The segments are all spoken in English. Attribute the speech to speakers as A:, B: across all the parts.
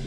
A: All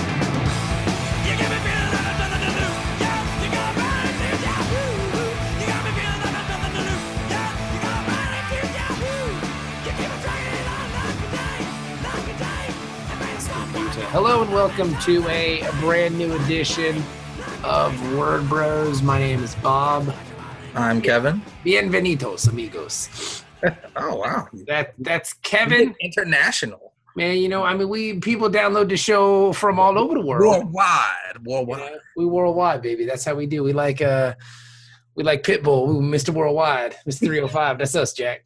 B: You got me feeling like I'm nothing to do. Yeah, you got me feeling like I'm nothing to do. You got me feeling like I'm nothing to do. Yeah, you got me feeling like I'm nothing to do. You keep on dragging it on like a day, like a day. I made a stop.
A: Hello and welcome to a brand new edition of Word Bros. My name is Bob.
C: I'm Kevin.
A: Bienvenidos, amigos.
C: Oh wow,
A: That that's Kevin.
C: international,
A: Man, you know, I mean, we people download the show from all over the world.
C: worldwide,
A: You
C: worldwide.
A: know? We worldwide, baby. That's how we do. We like uh, we like Pitbull, we Mr. Worldwide, Mr. 305. That's us, Jack.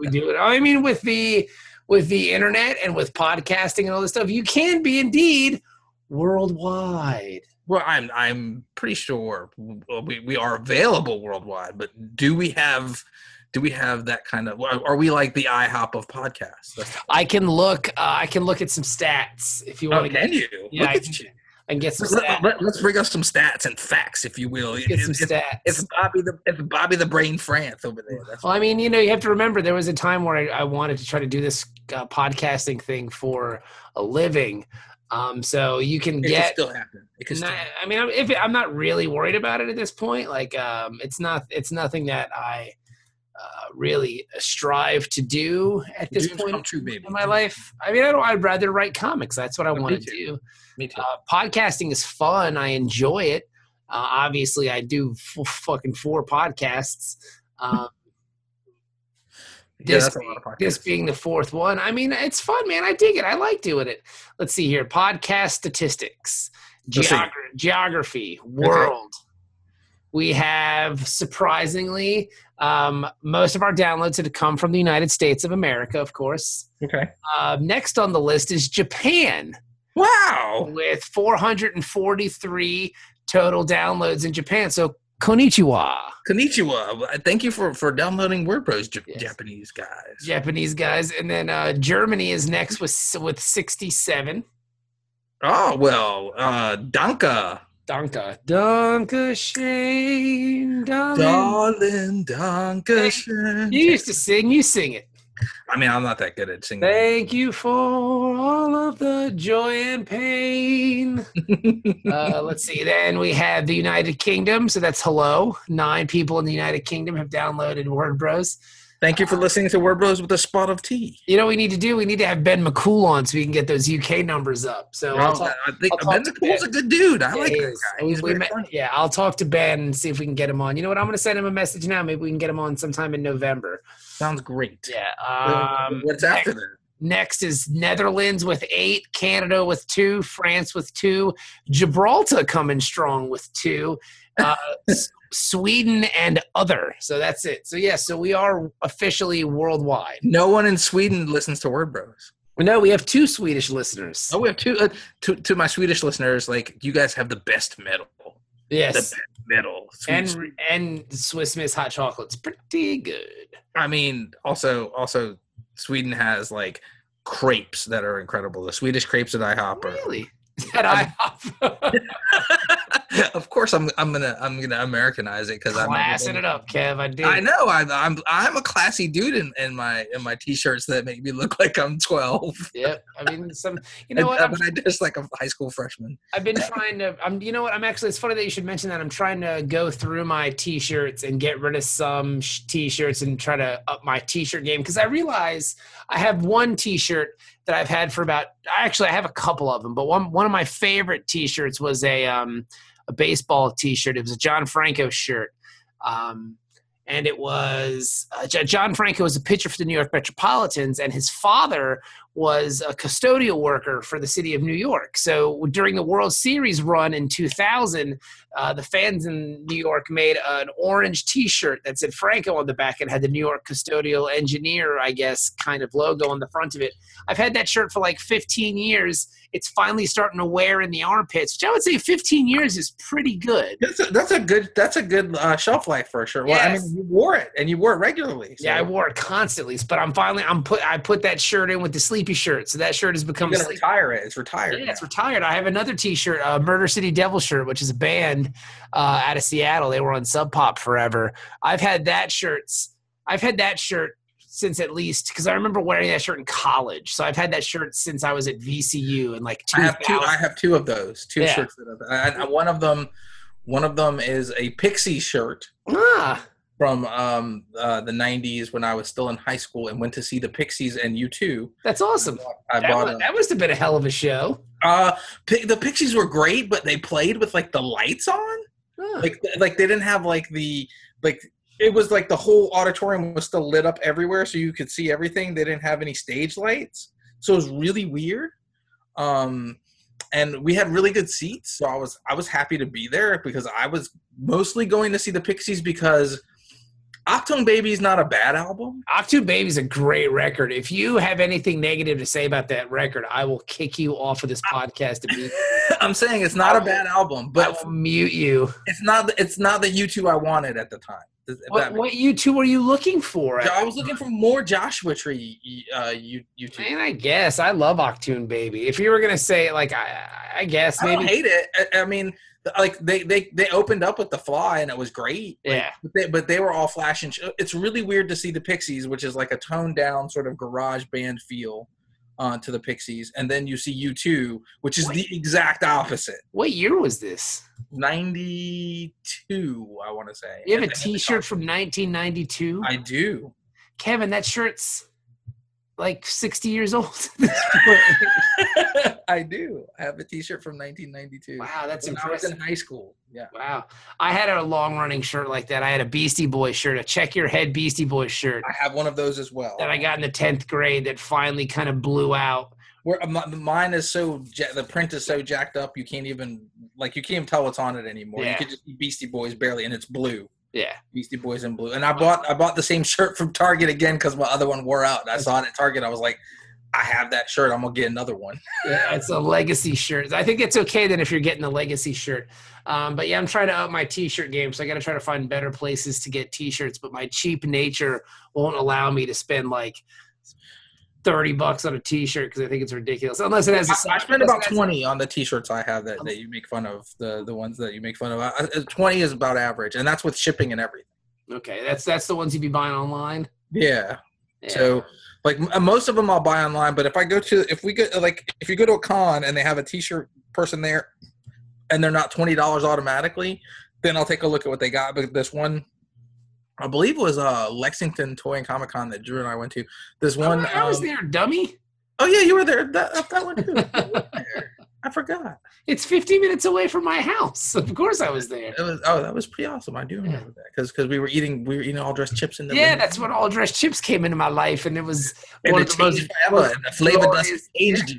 A: we do it. I mean, with the with the internet and with podcasting and all this stuff, you can be indeed worldwide.
C: Well, I'm I'm pretty sure we, we are available worldwide, but do we have do we have that kind of are we like the IHOP of podcasts? That's,
A: I can look. Uh, I can look at some stats if you
C: oh,
A: want to.
C: can you?
A: Yeah,
C: Look
A: I
C: at
A: can-
C: you.
A: I can get some
C: Let,
A: stats.
C: us bring us some stats and facts, if you will.
A: Get
C: It-
A: some
C: it's-
A: stats.
C: it's Bobby the it's Bobby the Brain France over there. That's
A: Well, I mean, you know, you have to remember there was a time where I, I wanted to try to do this uh, podcasting thing for a living. Um, so you can
C: it
A: get.
C: could still happen. It could still
A: Not, I mean, I'm, if it, I'm not really worried about it at this point. Like, um, it's not. It's nothing that I uh, really strive to do at this
C: Dreams
A: point
C: come true, baby.
A: in my life. I mean, I don't. I'd rather write comics. That's what I
C: Me
A: want to
C: too.
A: do
C: Me too.
A: uh, podcasting is fun. I enjoy it. Uh, obviously, I do f- fucking four podcasts. Um,
C: Yeah,
A: this,
C: that's a lot of podcasts.
A: this being the fourth one, I mean, it's fun, man. I dig it. I like doing it. Let's see here: podcast statistics,
C: Let's see.
A: geog- geography, world. We have surprisingly um, most of our downloads had come from the United States of America, of course.
C: okay.
A: Uh, next on the list is Japan
C: Wow.
A: with 443 total downloads in Japan. So konnichiwa,
C: Konnichiwa. Thank you for for downloading WordPros, J-
A: Yes.
C: Japanese guys.
A: Japanese guys, and then uh, Germany is next with with 67.
C: Oh well, uh Danka.
A: Danka, Danka Shane,
C: Um,
A: darling.
C: Darling
A: Hey,
C: Danka.
A: You
C: Shine.
A: used to sing. You sing it.
C: I mean, I'm not that good at singing.
A: Thank you for all of the joy and pain. uh, let's see. Then we have the United Kingdom. So that's hello. Nine people in the United Kingdom have downloaded Word Bros.
C: Thank you for listening to Word Bros with a spot of tea.
A: You know what we need to do? We need to have Ben McCool on so we can get those UK numbers up. So I'll
C: I
A: talk-
C: I think
A: I'll
C: Ben
A: talk to
C: McCool's a
A: Ben.
C: good dude. Oh, I
A: Yeah,
C: like
A: he
C: that
A: is.
C: guy. He's
A: We
C: very
A: may-
C: funny.
A: yeah, I'll talk to Ben and see if we can get him on. You know what? I'm going to send him a message now. Maybe we can get him on sometime in November.
C: Sounds great.
A: Yeah.
C: Um,
A: Um,
C: What's
A: next-
C: after that?
A: Next is Netherlands with eight, Canada with two, France with two, Gibraltar coming strong with two, uh, S- Sweden and other. So that's it. So yeah, so we are officially worldwide.
C: No one in Sweden listens to Word Bros.
A: No, we have two Swedish listeners.
C: Oh, we have two. Uh, to, to my Swedish listeners, like you guys have the best metal. The
A: yes.
C: best metal. Swedish-
A: and and Swiss Miss hot chocolate's pretty good.
C: I mean, also, also, Sweden has like crepes that are incredible. The Swedish crepes at IHOP are
A: Really? That IHOP.
C: of course I'm I'm gonna I'm gonna Americanize it because I'm
A: Classing it up, Kev. I did.
C: I know I'm I'm I'm a classy dude in, in my in my t-shirts that make me look like I'm 12.
A: Yep. I mean, some. You know what?
C: and,
A: I'm,
C: uh, but I dress like a high school freshman.
A: I've been trying to. I'm. You know what? I'm actually. It's funny that you should mention that. I'm trying to go through my t-shirts and get rid of some sh- t-shirts and try to up my t-shirt game because I realize I have one t-shirt that I've had for about. Actually, I have a couple of them, but one one of my favorite t-shirts was a um a baseball t-shirt. It was a John Franco shirt. Um, and it was uh, Jo- John Franco was a pitcher for the New York Metropolitans, and his father was a custodial worker for the city of New York. So during the World Series run in 2000, uh, the fans in New York made an orange T-shirt that said Franco on the back and had the New York custodial engineer, I guess, kind of logo on the front of it. I've had that shirt for like 15 years. It's finally starting to wear in the armpits, which I would say 15 years is pretty good.
C: That's a, that's a good that's a good uh, shelf life for sure. Well, I
A: Yes.
C: mean, you wore it and you wore it regularly. so
A: Yeah, I wore it constantly, but I'm finally I'm put I put that shirt in with the sleepy shirt, so that shirt has become
C: you're gonna
A: sleepy.
C: retire it. It's retired.
A: Yeah, it's
C: now.
A: retired. I have another T-shirt, a Murder City Devil shirt, which is a band uh, out of Seattle. They were on Sub Pop forever. I've had that shirts. I've had that shirt since at least because I remember wearing that shirt in college. So I've had that shirt since I was at VCU in like 2000.
C: I have two. I have two of those. Two
A: Yeah.
C: shirts. That I've, I, I, one of them, one of them is a pixie shirt
A: ah,
C: from um, uh, the '90s when I was still in high school and went to see the Pixies and U2.
A: that's awesome.
C: I
A: That,
C: bought
A: was,
C: a-
A: that must have been a hell of a show.
C: Uh, Pi- the Pixies were great, but they played with like the lights on.
A: Huh.
C: Like, th- like they didn't have like the like. It was like the whole auditorium was still lit up everywhere, so you could see everything. They didn't have any stage lights, so it was really weird. Um, and we had really good seats, so I was I was happy to be there because I was mostly going to see the Pixies because Octone Baby is not a bad album.
A: Octo Baby's a great record. If you have anything negative to say about that record, I will kick you off of this podcast immediately.
C: I'm saying it's not
A: I
C: a
A: will-
C: bad album,
A: I
C: but
A: will mute you.
C: it's not it's not the U2 I wanted at the time. Does- if
A: What,
C: that makes
A: what you two were you looking for?
C: I was looking for more Joshua Tree uh, you- YouTube.
A: Man, I guess I love Octoon Baby. If you were gonna say like, I, I guess
C: I don't
A: maybe,
C: hate it. I, I mean, like they, they they opened up with the Fly and it was great,
A: yeah,
C: but they, but they were all flashing. Sh- it's really weird to see the Pixies, which is like a toned down sort of garage band feel uh, to the Pixies, and then you see U two, which is the exact opposite.
A: What year was this?
C: Ninety two, I want to say.
A: You have a T-shirt from 1992,
C: I do.
A: Kevin. That shirt's like 60 years old.
C: I do. I have a T-shirt from 1992.
A: wow, that's
C: when I was
A: impressive.
C: in high school. Yeah.
A: Wow, I had a long-running shirt like that. I had a Beastie Boy shirt, a Check Your Head Beastie Boy shirt
C: I have one of those as well.
A: that I got in the 10th grade that finally kind of blew out.
C: Where uh, mi- mine is so ja- the print is so jacked up you can't even like you can't even tell what's on it anymore.
A: Yeah.
C: You could just see Beastie Boys barely, and it's blue.
A: Yeah,
C: Beastie Boys in blue. And I bought I bought the same shirt from Target again because my other one wore out. I saw it at Target. I was like, I have that shirt. I'm gonna get another one.
A: Yeah, it's a legacy shirt. I think it's okay then if you're getting a legacy shirt. Um, but yeah, I'm trying to up my t-shirt game, so I got to try to find better places to get t-shirts. But my cheap nature won't allow me to spend like thirty bucks on a t-shirt because I think it's ridiculous. Unless it has a
C: I, I
A: size.
C: spent about
A: unless it has-
C: twenty on the T-shirts I have that, that you make fun of. The the ones that you make fun of. I, I- twenty is about average, and that's with shipping and everything.
A: Okay, that's that's the ones you'd be buying online.
C: Yeah.
A: Yeah.
C: So, like m- most of them, I'll buy online. But if I go to, if we go, like, if you go to a con and they have a T-shirt person there, and they're not twenty dollars automatically, then I'll take a look at what they got. But this one, I believe, it was uh Lexington Toy and Comic Con that Drew and I went to. This
A: I,
C: one,
A: Oh, I was
C: um,
A: there, dummy.
C: oh yeah, you were there. That that one too. You were there. I forgot.
A: It's 50 minutes away from my house. Of course, I was there.
C: It was oh, that was pretty awesome. I do remember that because because we were eating we were eating all dressed chips in the
A: Yeah,
C: window.
A: that's when all dressed chips came into my life, and it was
C: and
A: one
C: it
A: of the most
C: changed forever and the flavor doesn't change.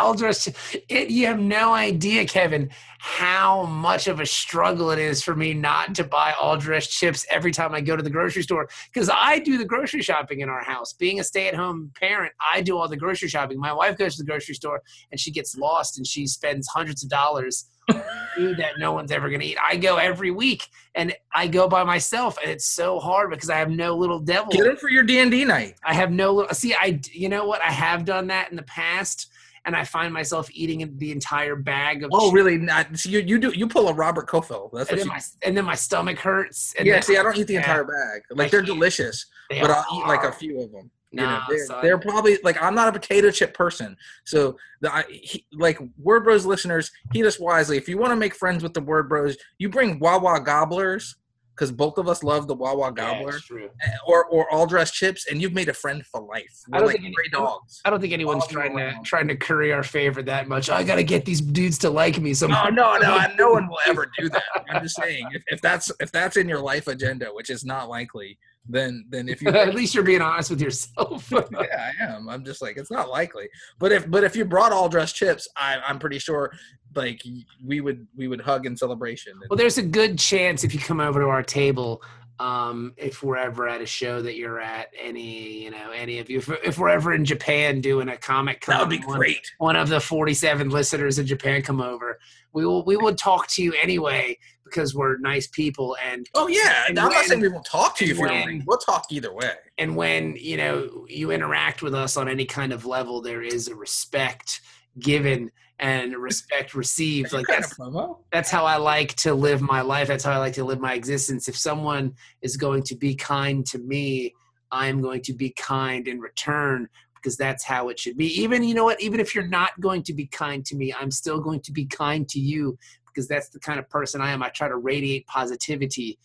A: Eldress, it, you have no idea, Kevin, how much of a struggle it is for me not to buy all dressed chips every time I go to the grocery store because I do the grocery shopping in our house. Being a stay at home parent, I do all the grocery shopping. My wife goes to the grocery store and she gets lost and she spends hundreds of dollars on food that no one's ever going to eat. I go every week and I go by myself, and it's so hard because I have no little devil.
C: Get it for your D and D night.
A: I have no. See, I you know what? I have done that in the past, and I find myself eating the entire bag of.
C: Oh,
A: chips,
C: really? Not so you. You do. You pull a Robert Kofeld. That's
A: And then,
C: what you.
A: my, and then my stomach hurts. And
C: yeah.
A: then-
C: see, I don't eat the
A: yeah,
C: entire bag. Like
A: I
C: they're
A: can't.
C: delicious,
A: they
C: but
A: are
C: I'll eat like a
A: hard.
C: few of them. You know,
A: Nah,
C: they're,
A: son.
C: they're probably like I'm not a potato chip person. So the I, he, like Word Bros listeners, heed us wisely. If you want to make friends with the Word Bros, you bring Wawa gobblers because both of us love the Wawa
A: Yeah,
C: gobbler
A: it's true.
C: or or all dressed chips, and you've made a friend for life.
A: I
C: We're
A: don't
C: like
A: think any-
C: stray dogs.
A: I don't think anyone's
C: All
A: trying to
C: around.
A: trying to curry our favor that much. I gotta get these dudes to like me. Somehow.
C: Oh no, no, and no one will ever do that. I'm just saying, if, if that's if that's in your life agenda, which is not likely, than than if you
A: At least you're being honest with yourself.
C: yeah, I am. I'm just like it's not likely. But if but if you brought all dressed chips, I, I'm pretty sure like we would we would hug in celebration.
A: Well, there's a good chance if you come over to our table, um, if we're ever at a show that you're at, any you know, any of you, if, if we're ever in Japan doing a comic con,
C: that would be
A: one-
C: great.
A: One, of the 47 listeners in Japan come over, we will we will talk to you anyway because we're nice people and
C: Oh yeah,
A: And
C: I'm not
A: when-
C: saying we won't talk to you if you don't
A: when-
C: bring. We'll talk either way.
A: and when you know you interact with us on any kind of level, there is a respect given and respect received. Like
C: kind of
A: that's
C: promo.
A: that's how I like to live my life. That's how I like to live my existence. If someone is going to be kind to me, I am going to be kind in return because that's how it should be. Even you know what, even if you're not going to be kind to me, I'm still going to be kind to you because that's the kind of person I am. I try to radiate positivity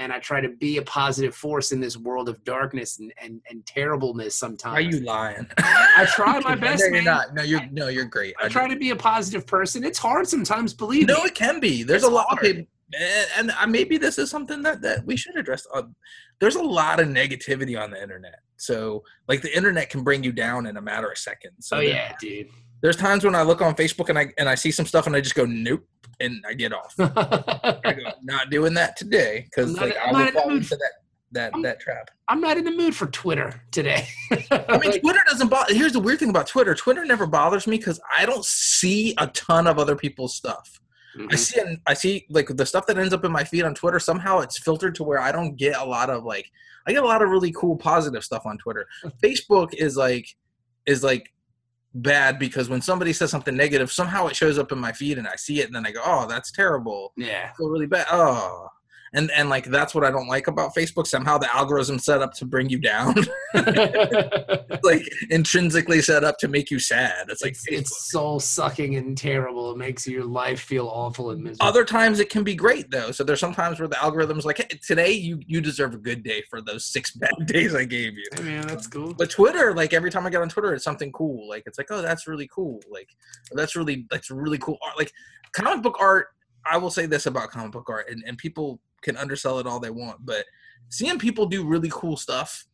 A: and I try to be a positive force in this world of darkness and, and, and terribleness sometimes.
C: Are you lying?
A: I try my best,
C: no, you're
A: man.
C: not. No, you're no, you're great.
A: I try to be a positive person. It's hard sometimes, believe me.
C: No, it can be. There's a
A: It's
C: lot
A: hard.
C: of people, and, and uh, maybe this is something that, that we should address. Uh, there's a lot of negativity on the internet. So, like, the internet can bring you down in a matter of seconds. So
A: oh
C: there-
A: yeah, dude.
C: There's times when I look on Facebook and I and I see some stuff and I just go nope and I get off. I go, not doing that today because
A: I'm not-
C: like I
A: I'm not
C: will
A: in the
C: fall
A: mood
C: into that that
A: I'm-
C: that trap.
A: I'm not in the mood for Twitter today. Oh,
C: I mean, Twitter doesn't bother. Here's the weird thing about Twitter: Twitter never bothers me because I don't see a ton of other people's stuff. I see, an, I see, like the stuff that ends up in my feed on Twitter. Somehow, it's filtered to where I don't get a lot of like, I get a lot of really cool, positive stuff on Twitter. Facebook is like, is like bad because when somebody says something negative, somehow it shows up in my feed and I see it, and then I go, oh, that's terrible.
A: yeah.
C: I feel really bad. Oh, and and like that's what I don't like about Facebook. Somehow the algorithm's set up to bring you down,
A: it's,
C: like intrinsically set up to make you sad. It's like Facebook.
A: it's soul sucking and terrible. It makes your life feel awful and miserable.
C: other times it can be great though so there's sometimes where the algorithm's like hey, today you you deserve a good day for those six bad days i gave you
A: Hey, man, that's cool.
C: but twitter like every time i get on twitter it's something cool like it's like oh that's really cool like that's really that's really cool art like comic book art i will say this about comic book art and, and people can undersell it all they want but seeing people do really cool stuff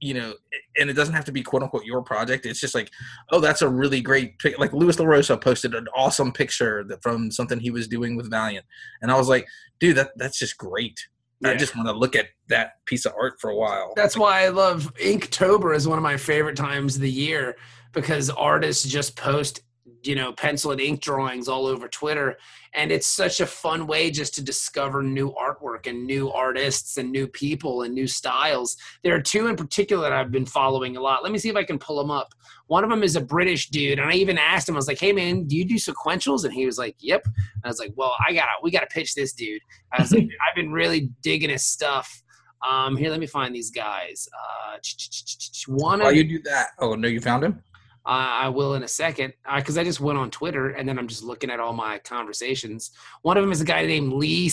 C: you know and it doesn't have to be quote unquote your project it's just like oh that's a really great pic like louis larosa posted an awesome picture that from something he was doing with valiant and i was like dude that that's just great i
A: Yeah.
C: just want to look at that piece of art for a while
A: That's why I love Inktober is one of my favorite times of the year because artists just post, you know, pencil and ink drawings all over Twitter and it's such a fun way just to discover new artwork and new artists and new people and new styles. There are two in particular that I've been following a lot. Let me see if I can pull them up. One of them is a British dude and I even asked him I was like, "Hey man, do you do sequentials?" and he was like, "Yep." And I was like, "Well, I got to we got to pitch this dude." I was like, "I've been really digging his stuff." Um, here, let me find these guys. Uh, ch- ch- ch- ch- ch- one
C: While
A: of, uh,
C: you do that, oh no, you found him.
A: I I will in a second because I just went on Twitter and then I'm just looking at all my conversations. One of them is a guy named Lee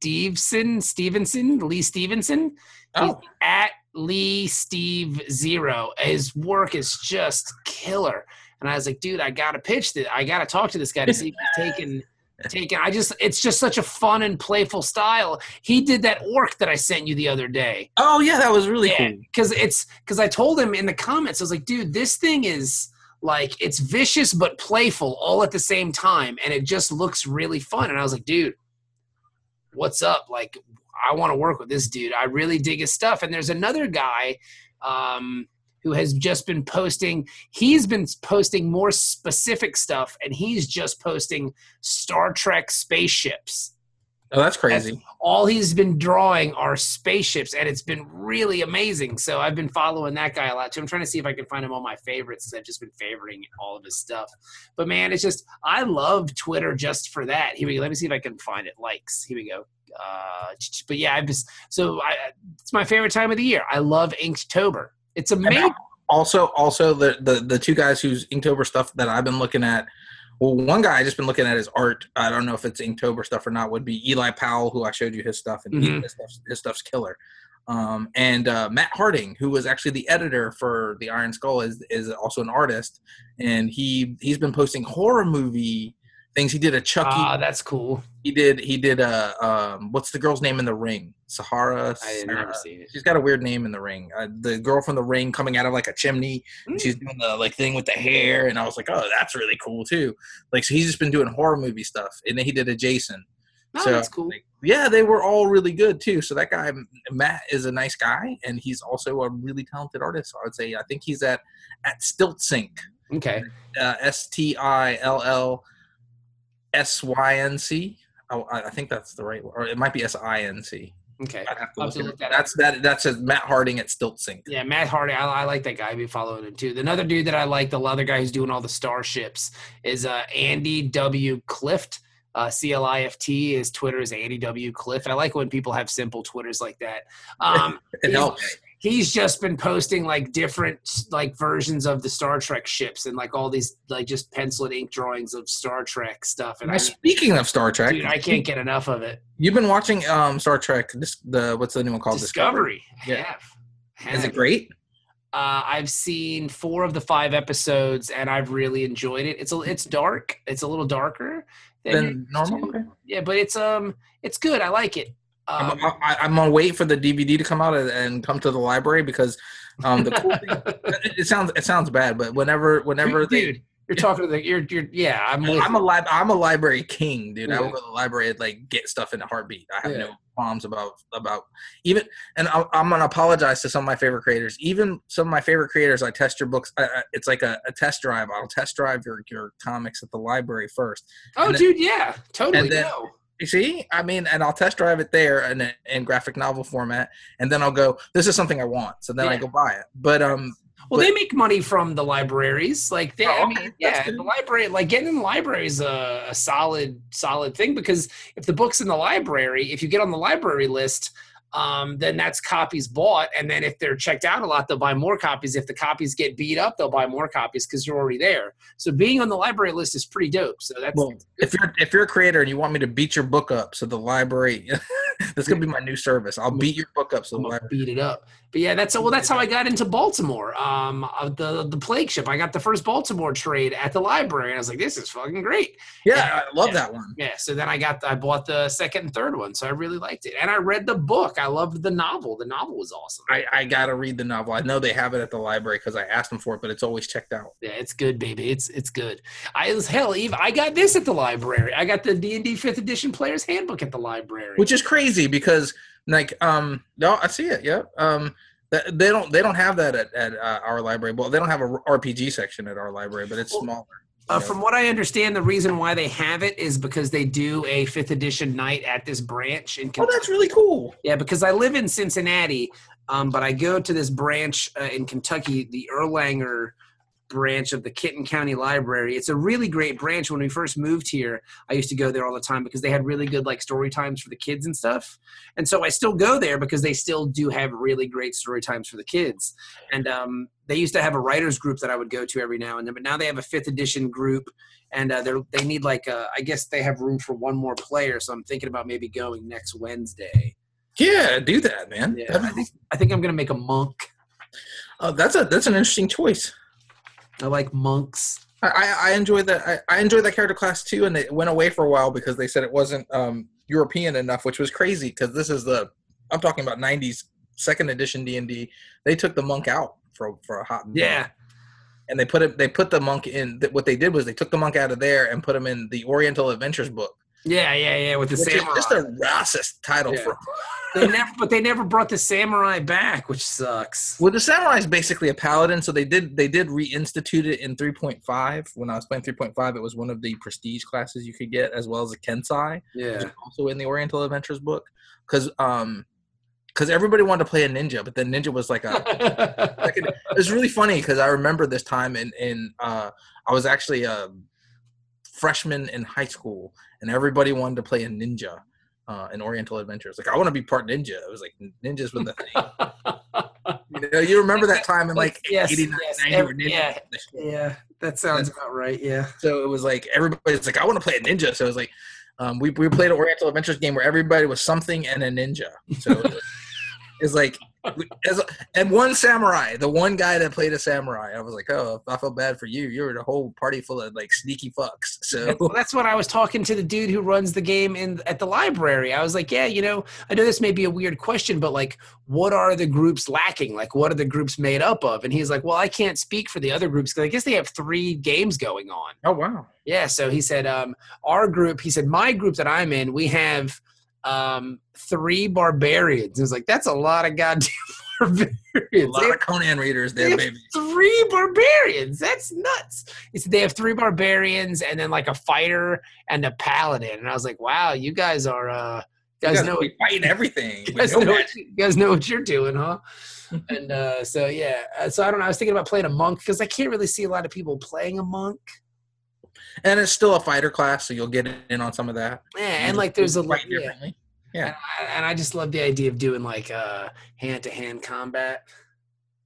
A: Stevenson. Stevenson, Lee Stevenson
C: Oh,
A: at Lee Steve Zero. His work is just killer. And I was like, dude, I gotta pitch this. I gotta talk to this guy to see if he's taking taking I just it's just such a fun and playful style. He did that orc that I sent you the other day.
C: oh yeah, that was really
A: Yeah.
C: cool.
A: because it's because I told him in the comments, I was like, dude, this thing is like it's vicious but playful all at the same time, and it just looks really fun. And I was like, dude, what's up? Like, I want to work with this dude. I really dig his stuff. And there's another guy um, who has just been posting. He's been posting more specific stuff, and he's just posting Star Trek spaceships
C: Oh, that's crazy.
A: all he's been drawing are spaceships, and it's been really amazing. So I've been following that guy a lot too. I'm trying to see if I can find him on my favorites because I've just been favoring all of his stuff. But man, it's just I love Twitter just for that. Here we go. Let me see if I can find it. Likes. Here we go. Uh, ch- ch- but yeah, I've just so I, it's my favorite time of the year. I love Inktober. It's amazing.
C: Also, also the the the two guys whose Inktober stuff that I've been looking at. Well, one guy I just been looking at his art. I don't know if it's Inktober stuff or not. Would be Eli Powell, who I showed you his stuff, and he-
A: Mhm.
C: his, stuff's, his stuff's killer. Um, and uh, Matt Harding, who was actually the editor for the Iron Skull, is is also an artist, and he he's been posting horror movie things. He did a Chucky.
A: Ah, that's cool.
C: he did. He did a um, what's the girl's name in the ring? Sahara.
A: I had
C: Sarah-
A: never seen it.
C: She's got a weird name in the ring. Uh, the girl from the ring coming out of like a chimney. and
A: Mm.
C: She's doing the like thing with the hair, and I was like, oh, that's really cool too. Like, so he's just been doing horror movie stuff, and then he did a Jason.
A: Oh,
C: so,
A: that's cool.
C: like, yeah, they were all really good too. So that guy M- Matt is a nice guy, and he's also a really talented artist. I would say I think he's at at Stiltsync,
A: Okay.
C: uh, S T I L L S Y N C. Oh, I I think that's the right, or it might be S I N C.
A: Okay.
C: I'd have to
A: I'll have
C: look,
A: to
C: it
A: look
C: up.
A: that up.
C: That's that. That's a Matt Harding at Stiltsync.
A: Yeah, Matt Hardy. I, I like that guy. I've been following him too. The other dude that I like, the other guy who's doing all the starships, is uh, Andy W. Clift. Uh, C L I F T. His Twitter is Andy W. Clift. I like when people have simple Twitters like that. Um,
C: It
A: Yeah.
C: helps.
A: he's just been posting like different like versions of the Star Trek ships and like all these like just pencil and ink drawings of Star Trek stuff. And
C: Now,
A: I,
C: speaking of Star Trek,
A: dude, I can't get enough of it.
C: you've been watching um, Star Trek. This, the what's the new one called?
A: Discovery.
C: Yeah.
A: Have.
C: Is
A: Have.
C: it great?
A: Uh, I've seen four of the five episodes, and I've really enjoyed it. It's a, it's dark. It's a little darker than your-
C: Than normal.
A: too.
C: Okay.
A: yeah, but it's um, it's good. I like it. Um,
C: I'm, I, I'm gonna wait for the DVD to come out and, and come to the library because um, the cool thing, it, it sounds it sounds bad, but whenever whenever they,
A: dude, you're talking to the you're you're yeah. I'm with
C: I'm a lib, I'm a library king, dude. I will
A: Yeah.
C: go to the library and like get stuff in a heartbeat. I have
A: Yeah.
C: no qualms about about even, and I, I'm gonna apologize to some of my favorite creators. Even some of my favorite creators, I test your books. I, I, it's like a, a test drive. I'll test drive your your comics at the library first.
A: oh,
C: and then-
A: dude, yeah, totally.
C: and then-
A: no.
C: You see, I mean, and I'll test drive it there in, in graphic novel format, and then I'll go. This is something I want, so then I
A: Yeah.
C: go buy it. But um,
A: Well,
C: But-
A: they make money from the libraries. Like, they,
C: Oh,
A: I
C: okay.
A: mean, yeah,
C: That's good.
A: the library, like getting in the library is a, a solid, solid thing because if the book's in the library, if you get on the library list, um, then that's copies bought. And then if they're checked out a lot, they'll buy more copies. If the copies get beat up, they'll buy more copies because you're already there. So being on the library list is pretty dope. So that's,
C: well, if you're if you're a creator and you want me to beat your book up, so the library, that's gonna be my new service. I'll beat your book up, so the
A: I'm gonna
C: library.
A: beat it up. But yeah, that's well, that's how I got into Baltimore. Um, uh, the the plague ship. I got the first Baltimore trade at the library, and I was like, this is fucking great.
C: Yeah, I love that one.
A: Yeah, so then I got I bought the second and third one, so I really liked it, and I read the book. I loved the novel. The novel was awesome.
C: I, I gotta read the novel. I know they have it at the library because I asked them for it, but it's always checked out.
A: Yeah, it's good, baby. It's it's good. I as hell, Eve. I got this at the library. I got the D and D fifth edition player's handbook at the library.
C: which is crazy because like um no i see it yeah um th- they don't they don't have that at, at uh, our library well they don't have a r- rpg section at our library but it's
A: Well,
C: smaller
A: uh,
C: so-
A: from what I understand, the reason why they have it is because they do a fifth edition night at this branch in
C: oh
A: Kentucky.
C: that's really cool
A: Yeah, because I live in Cincinnati, um, but I go to this branch uh, in Kentucky, the Erlanger branch of the Kitten County Library. It's a really great branch. When we first moved here, I used to go there all the time because they had really good like story times for the kids and stuff. And so I still go there because they still do have really great story times for the kids. And um, they used to have a writers group that I would go to every now and then, but now they have a fifth edition group, and uh, they they need like uh, I guess they have room for one more player. So I'm thinking about maybe going next Wednesday.
C: yeah do that man
A: Yeah,
C: That'd
A: I
C: be-
A: think I think I'm gonna make a monk.
C: oh, that's a that's an interesting choice
A: I like monks.
C: i i, I enjoy that I, I enjoy that character class too and it went away for a while because they said it wasn't um european enough which was crazy because this is the i'm talking about 90s second edition d&d they took the monk out for for a hot
A: Yeah,
C: and they put it they put the monk in th- what they did was they took the monk out of there and put him in the oriental adventures book
A: yeah, yeah, yeah. With the
C: which is
A: samurai.
C: just a racist title
A: Yeah.
C: for
A: they never, but they never brought the samurai back, which sucks.
C: well the samurai is basically a paladin so they did they did reinstitute it in 3.5 when i was playing 3.5 it was one of the prestige classes you could get as well as a kensai
A: Yeah,
C: also in the oriental adventures book because um because everybody wanted to play a ninja but then ninja was like a
A: yeah,
C: second- it's really funny because I remember this time in in uh, I was actually a freshman in high school, and everybody wanted to play a ninja uh, in Oriental Adventures. Like I want to be part ninja. It was like ninjas were the thing. You, know, you remember that time in like
A: Yes,
C: 89,
A: yes,
C: 90
A: ev-
C: where ninjas
A: yeah.
C: were the shit.
A: that sounds about right. Yeah,
C: So it was like everybody's like I want to play a ninja. So it was like. Um, we, we played an Oriental Adventures game where everybody was something and a ninja. So it was, it's like As a- and one samurai, the one guy that played a samurai, I was like, oh, I felt bad for you. You were in a whole party full of like sneaky fucks. So
A: Well, that's when I was talking to the dude who runs the game in at the library. I was like, "Yeah, you know, I know this may be a weird question, but like, what are the groups lacking? Like, what are the groups made up of?" And he's like, "Well, I can't speak for the other groups because I guess they have three games going on."
C: oh wow,
A: Yeah, so he said, um, "Our group," he said, "My group that I'm in, we have um, three barbarians." I was like, "That's a lot of goddamn barbarians."
C: a lot of Conan readers there,
A: It's-
C: baby.
A: three barbarians. That's nuts. It's, they have three barbarians and then like a fighter and a paladin. And I was like, wow, you guys are uh you
C: You
A: guys
C: guys
A: know
C: be fighting everything.
A: you
C: with
A: guys
C: no
A: know,
C: magic.
A: what, you guys know what you're doing, huh? and uh so yeah. Uh, So I don't know. I was thinking about playing a monk because I can't really see a lot of people playing a monk.
C: And it's still a fighter class, so you'll get in on some of that.
A: Yeah, and like there's a
C: Fight
A: yeah.
C: differently.
A: And I, and I just love the idea of doing like uh hand to hand combat.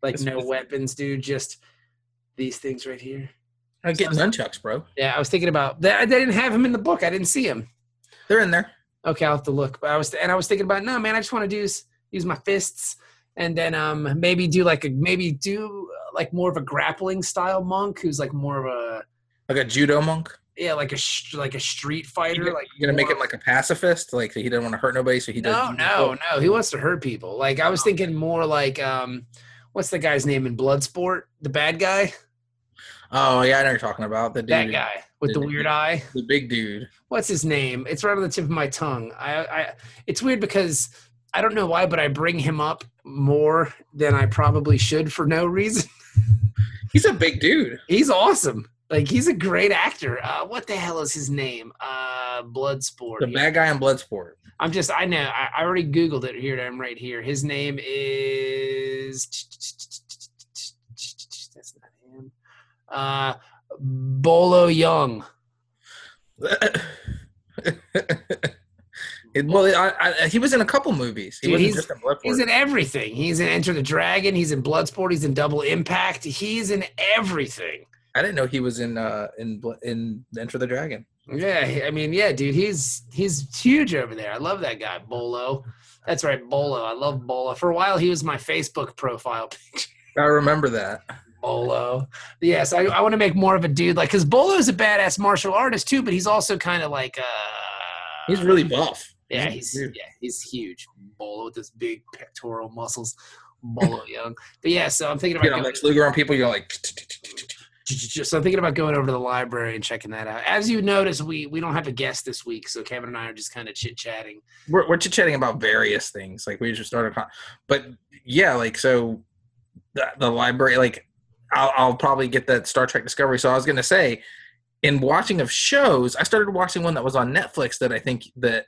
A: Like
C: It's-
A: no
C: it's-
A: weapons, dude, just these things right here.
C: I'm getting nunchucks, bro.
A: Yeah, I was thinking about that. They didn't have him in the book. I didn't see him.
C: They're in there.
A: Okay, I'll have to look. But I was and I was thinking about no, man. I just want to do is use my fists and then um maybe do like a maybe do uh, like more of a grappling style monk who's like more of a
C: Like a judo monk.
A: yeah like a sh- like a street fighter
C: You're
A: like
C: gonna make
A: more-
C: him like a pacifist, like he doesn't Oh, want to hurt nobody, so he
A: Oh, no
C: does.
A: no no he wants to hurt people like I was thinking more like um what's the guy's name in Bloodsport the bad guy
C: Oh yeah, I know what you're talking about the dude,
A: that guy with the
C: Dude.
A: weird eye
C: the big dude.
A: what's his name? It's right on the tip of my tongue. I, I it's weird because I don't know why, but I bring him up more than I probably should for no reason.
C: He's a big dude.
A: He's awesome. Like he's a great actor. Uh, what the hell is his name? Uh, Bloodsport.
C: The bad guy in Bloodsport.
A: I'm just. I know. I, I already googled it. Here I'm right here. His name is. That's not him. Uh, Bolo Young.
C: It- well, I, I, he was in a couple movies. He
A: Dude,
C: wasn't
A: he's-
C: just in Bloodsport.
A: He's in everything. He's in Enter the Dragon. He's in Bloodsport. He's in Double Impact. He's in everything.
C: I didn't know he was in uh, in Blo- in Enter the Dragon.
A: Yeah, I mean, yeah, dude, he's he's huge over there. I love that guy, Bolo. That's right, Bolo. I love Bolo. For a while, he was my Facebook profile,
C: I remember that.
A: Bolo. Yes, I, I want to make more of a dude like because Bolo's a badass martial artist too, but he's also kind of like uh,
C: He's really buff.
A: Yeah,
C: He's
A: he's
C: huge.
A: yeah, he's huge. Bolo with his big pectoral muscles. Bolo young. But yeah, so I'm thinking about
C: You know,
A: going-
C: Lex Luger on people. You're like,
A: So I'm thinking about going over to the library and checking that out. As you notice, we we don't have a guest this week, so Kevin and I are just kind of chit chatting.
C: we're we're chit chatting about various things. Like we just started, con- but yeah, like so, the, the library. Like I'll, I'll probably get that Star Trek Discovery. So I was gonna say, in watching of shows, I started watching one that was on Netflix that I think that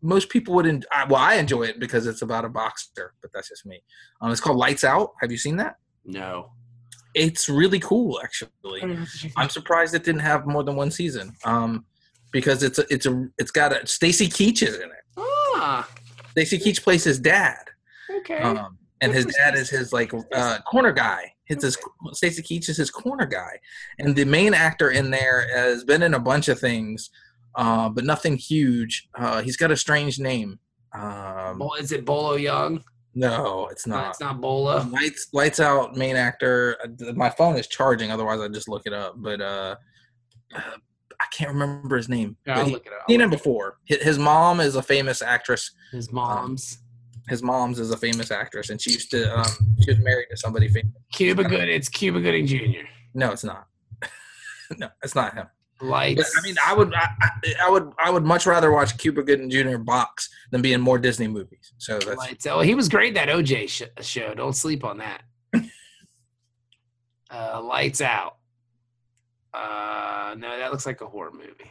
C: most people would. En- I, well, I enjoy it because it's about a boxer, but that's just me. Um, it's called Lights Out. Have you seen that?
A: No,
C: It's really cool, actually. I'm surprised it didn't have more than one season. Um, because it's a, it's a it's got a Stacy Keach is in it.
A: ah,
C: Stacy Keach plays his dad,
A: okay.
C: um, and his dad is his like uh, corner guy. It's his Stacy Keach is his corner guy, and the main actor in there has been in a bunch of things, uh, but nothing huge. Uh, he's got a strange name. Um,
A: Bo- is it Bolo Young?
C: no, it's
A: No,
C: not.
A: it's not Bolo.
C: Lights Lights Out main actor. Uh, th- My phone is charging, otherwise I'd just look it up. But uh, uh, I can't remember his name.
A: Yeah,
C: but
A: I'll
C: he-
A: look it up.
C: seen him before. Hi- His mom is a famous actress
A: His mom's
C: Um, his mom's is a famous actress, and she used to um, she was married to somebody famous.
A: Cuba Good. It's Cuba Gooding Jr.
C: No, it's not. no, it's not him.
A: Lights.
C: But, I mean, I would, I, I, I would, I would much rather watch Cuba Gooding Jr. box than be in more Disney movies. So that's
A: Lights. Oh, he was great in that OJ sh- show. Don't sleep on that. uh, lights out. Uh, no, that looks like a horror movie.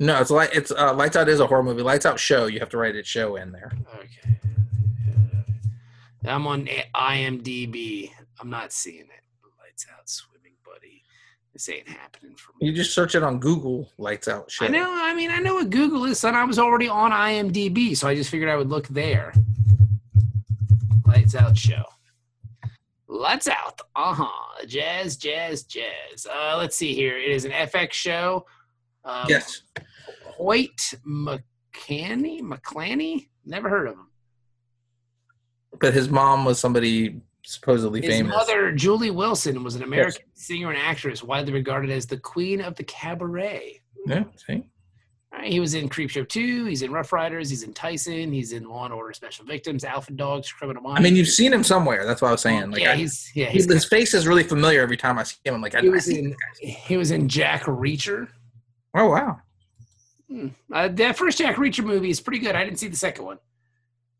C: no, it's like it's uh, Lights Out is a horror movie. Lights Out show. You have to write it show in there.
A: Okay. I'm on A- IMDb. I'm not seeing it. Lights out, swimming buddy. This ain't happening for me.
C: You just search it on Google. Lights Out show.
A: I know. I mean, I know what Google is, son. I was already on IMDb, so I just figured I would look there. Lights out show. Lights out. Uh huh. Jazz, jazz, jazz. Uh, let's see here. It is an FX show. Um,
C: Yes,
A: Hoyt McCanny? McClanny? Never heard of him.
C: but his mom was somebody supposedly
A: His
C: famous.
A: mother, Julie Wilson, was an American singer and actress, widely regarded as the queen of the cabaret.
C: yeah, see?
A: All right, he was in Creepshow 2, he's in Rough Riders, he's in Tyson, he's in Law and Order Special Victims, Alpha Dogs, Criminal Minds.
C: I mean, you've seen him somewhere. That's what I was saying. Like,
A: yeah,
C: I-
A: he's yeah,
C: he-
A: he's,
C: his face is really familiar every time I see him. I'm like, I,
A: he
C: I
A: was
C: see
A: in he was in Jack Reacher.
C: Oh wow.
A: Uh, the first Jack Reacher movie is pretty good. I didn't see the second one.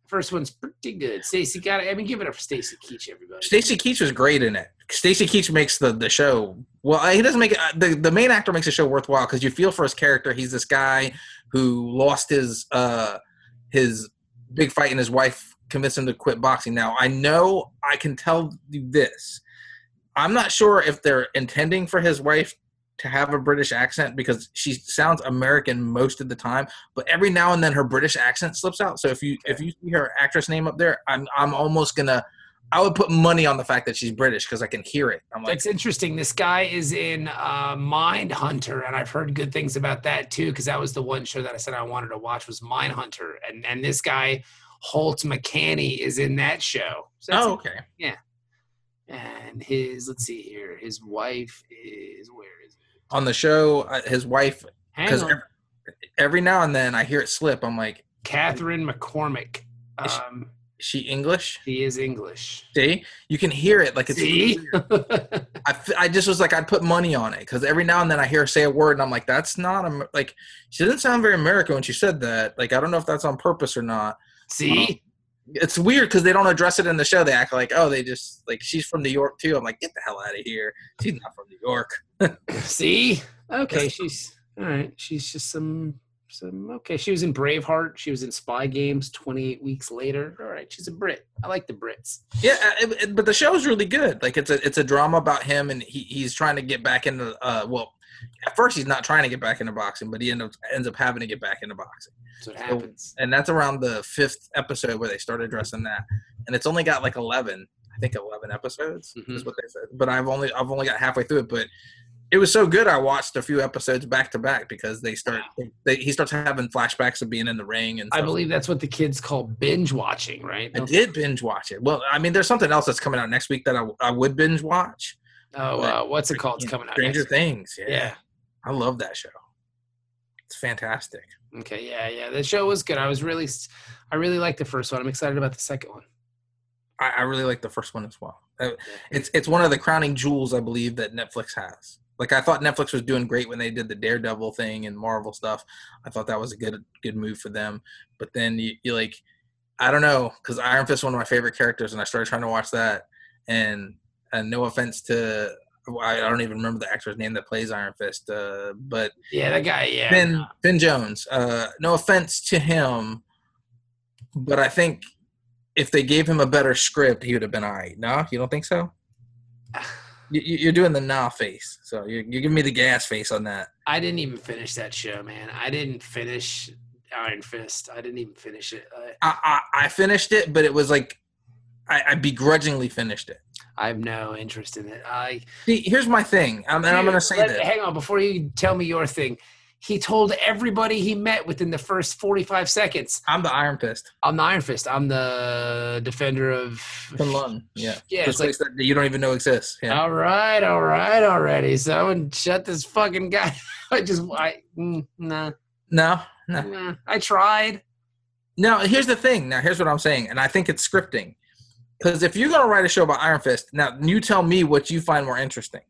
A: First one's pretty good. Stacy got it. I mean, give it up for Stacy Keach, everybody.
C: Stacy Keach was great in it. Stacy Keach makes the the show. Well, he doesn't make it, uh, the the main actor makes the show worthwhile because you feel for his character. He's this guy who lost his uh his big fight, and his wife convinced him to quit boxing. Now I know I can tell you this. I'm not sure if they're intending for his wife to have a British accent because she sounds American most of the time, but every now and then her British accent slips out. So if you if you see her actress name up there, I'm I'm almost gonna I would put money on the fact that she's British because I can hear it. I'm like,
A: That's interesting. This guy is in uh, Mind Hunter, and I've heard good things about that too. Because that was the one show that I said I wanted to watch was Mind Hunter, and and this guy Holt McCanny is in that show. So that's-
C: oh, okay.
A: and his let's see here, his wife is where is it?
C: On the show, uh, his wife,
A: Hang
C: because
A: on,
C: every, every now and then I hear it slip. I'm like,
A: Catherine McCormick.
C: Is she-
A: Um,
C: "Is she English?
A: she is English.
C: See, you can hear it. Like it's.
A: See?
C: I, f- I just was like, I'd put money on it because every now and then I hear her say a word and I'm like, that's not Amer- like she doesn't sound very American when she said that. Like I don't know if that's on purpose or not.
A: See,
C: It's weird because they don't address it in the show. They act like, oh, they just like she's from New York too. I'm like, get the hell out of here. She's not from New York.
A: see. Okay, she's all right. She's just some some. Okay, she was in Braveheart. She was in Spy Games. Twenty eight weeks later. All right, she's a Brit. I like the Brits.
C: Yeah, uh, it, it- but the show's really good. Like it's a it's a drama about him and he, he's trying to get back into uh well, at first he's not trying to get back into boxing, but he end up ends up having to get back into boxing.
A: That's what happens.
C: And that's around the fifth episode where they start addressing that. And it's only got like eleven, I think eleven episodes is
A: Mhm.
C: what they said. But I've only I've only got halfway through it, but it was so good I watched a few episodes back to back because they start they, he starts having flashbacks of being in the ring and
A: I
C: stuff.
A: believe that's what the kids call binge watching, right?
C: I did binge watch it. Well, I mean, there's something else that's coming out next week that I, I would binge watch.
A: Oh, uh, what's it called? It's coming out.
C: Stranger
A: next-
C: Things. Yeah.
A: Yeah.
C: I love that show. It's fantastic.
A: Okay. Yeah. Yeah. The show was good. I was really, s- I really liked the first one. I'm excited about the second one.
C: I, I really like the first one as well. Uh, It's it's one of the crowning jewels I believe that Netflix has. Like I thought Netflix was doing great when they did the Daredevil thing and Marvel stuff. I thought that was a good good move for them. But then you, you like, I don't know, because Iron Fist one of my favorite characters, and I started trying to watch that. And and no offense to, I I don't even remember the actor's name that plays Iron Fist, uh, but
A: Yeah. That guy. Yeah.
C: Ben Ben Jones. Uh, no offense to him, but I think if they gave him a better script, he would have been all right. No, you don't think so? You, you- you're doing the nah face, so you're, you're giving me the gas face on that.
A: I didn't even finish that show, man. I didn't finish Iron Fist. I didn't even finish it. I,
C: I, I, I finished it, but it was like I, I begrudgingly finished it.
A: I have no interest in it. I
C: See, here's my thing, i and I'm going to say
A: Let-
C: this.
A: Hang on, before you tell me your thing, he told everybody he met within the first forty-five seconds.
C: I'm the Iron Fist.
A: I'm the Iron Fist. I'm the defender of.
C: Bin Laden. Yeah.
A: Yeah,
C: This
A: it's like
C: place that you don't even know exists. Yeah.
A: all right, all right, already. Someone shut this fucking guy. I just, I, mm, nah,
C: No, no.
A: nah. I tried.
C: Now, here's the thing. Now, here's what I'm saying, and I think it's scripting. Because if you're going to write a show about Iron Fist, now you tell me what you find more interesting.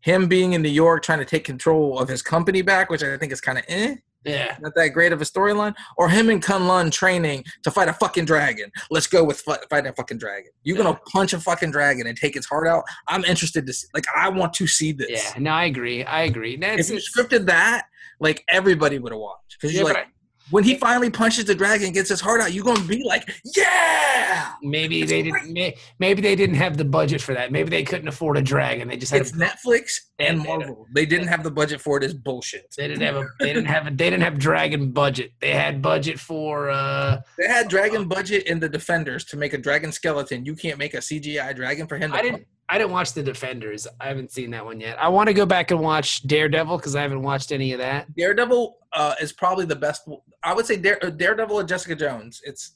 C: Him being in New York trying to take control of his company back, which I think is kind of eh,
A: Yeah,
C: not that great of a storyline, or him and Kun Lun training to fight a fucking dragon. Let's go with f- fighting a fucking dragon. You're going to punch a fucking dragon and take its heart out. I'm interested to see, like, I want to see this.
A: yeah. No, I agree. I agree.
C: If
A: That's
C: you scripted that, like, everybody would have watched. Because
A: yeah,
C: you're
A: but
C: like,
A: I-
C: when he finally punches the dragon and gets his heart out, you're gonna be like, yeah!
A: Maybe they didn't. may- Maybe they didn't have the budget for that. Maybe they couldn't afford a dragon. They just had.
C: It's
A: A,
C: Netflix and
A: Yeah, they don't-
C: Marvel. They didn't have the budget for it. Is bullshit.
A: they didn't have a. They didn't have a. They didn't have dragon budget. They had budget for. uh
C: They had dragon budget in the Defenders to make a dragon skeleton. You can't make a CGI dragon for him. To
A: I didn't. I didn't watch the Defenders. I haven't seen that one yet. I want to go back and watch Daredevil because I haven't watched any of that.
C: Daredevil uh, is uh, probably the best. I would say Dare, Daredevil or Jessica Jones. It's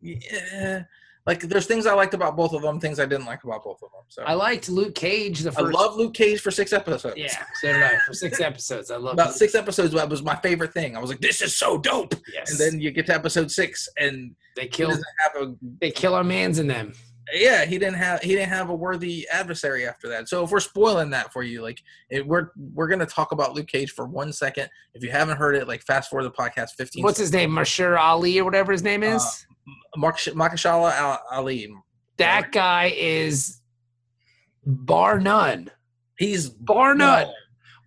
C: yeah, Like there's things I liked about both of them, things I didn't like about both of them. So
A: I
C: I,
A: liked Luke Cage the first.
C: love Luke Cage for six episodes.
A: Yeah, so did I. For six episodes, I love.
C: About six episodes, that was my favorite thing. I was like, "This is so dope!"
A: Yes.
C: And then you get to episode six, and
A: they
C: he
A: kill
C: doesn't have a
A: they kill our man's in them.
C: yeah he didn't have he didn't have a worthy adversary after that so if we're spoiling that for you like it, we're we're gonna talk about luke cage for one second if you haven't heard it like fast forward the podcast 15
A: What's his name? Mashur Ali or whatever his name is.
C: Uh, mark makashala Al- ali
A: that guy is bar none.
C: he's
A: Bar none.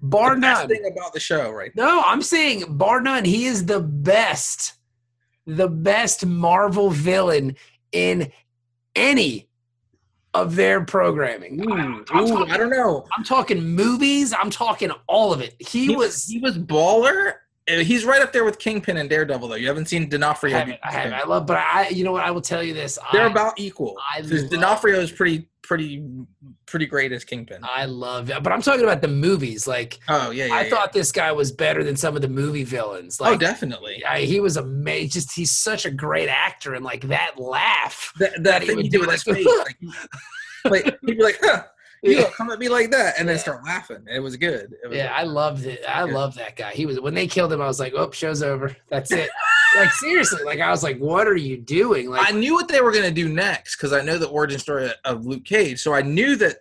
A: Bar
C: the best
A: none.
C: thing about the show right
A: No, I'm saying bar none. He is the best, the best Marvel villain in any of their programming.
C: Ooh,
A: I'm
C: ooh,
A: talking-
C: i don't know
A: I'm talking movies. I'm talking all of it. He, was.
C: he was baller Uh, he's right up there with kingpin and daredevil though you haven't seen
A: I
C: d'onofrio
A: haven't. I haven't. I love. But I. You know what? I will tell you this.
C: they're
A: I,
C: about equal
A: I
C: because
A: love-
C: d'onofrio is pretty pretty pretty great as kingpin
A: I love. But I'm talking about the movies. Like
C: oh yeah, yeah
A: I
C: yeah.
A: thought this guy was better than some of the movie villains.
C: oh
A: Like
C: definitely
A: I, he was amazing. Just he's such a great actor, and like that laugh.
C: that,
A: that
C: that
A: he
C: thing
A: would
C: you do
A: do,
C: with his
A: like,
C: face. Like, like he'd be like, huh, you gonna come at me like that, and then
A: Yeah.
C: start laughing. It was good. It was
A: Yeah, I loved it. I
C: Yeah.
A: love that guy. He was when they killed him. I was like, "Oh, show's over. That's it." like seriously, like I was like, "What are you doing?"
C: I
A: Like,
C: knew what they were gonna do next because I know the origin story of Luke Cage, so I knew that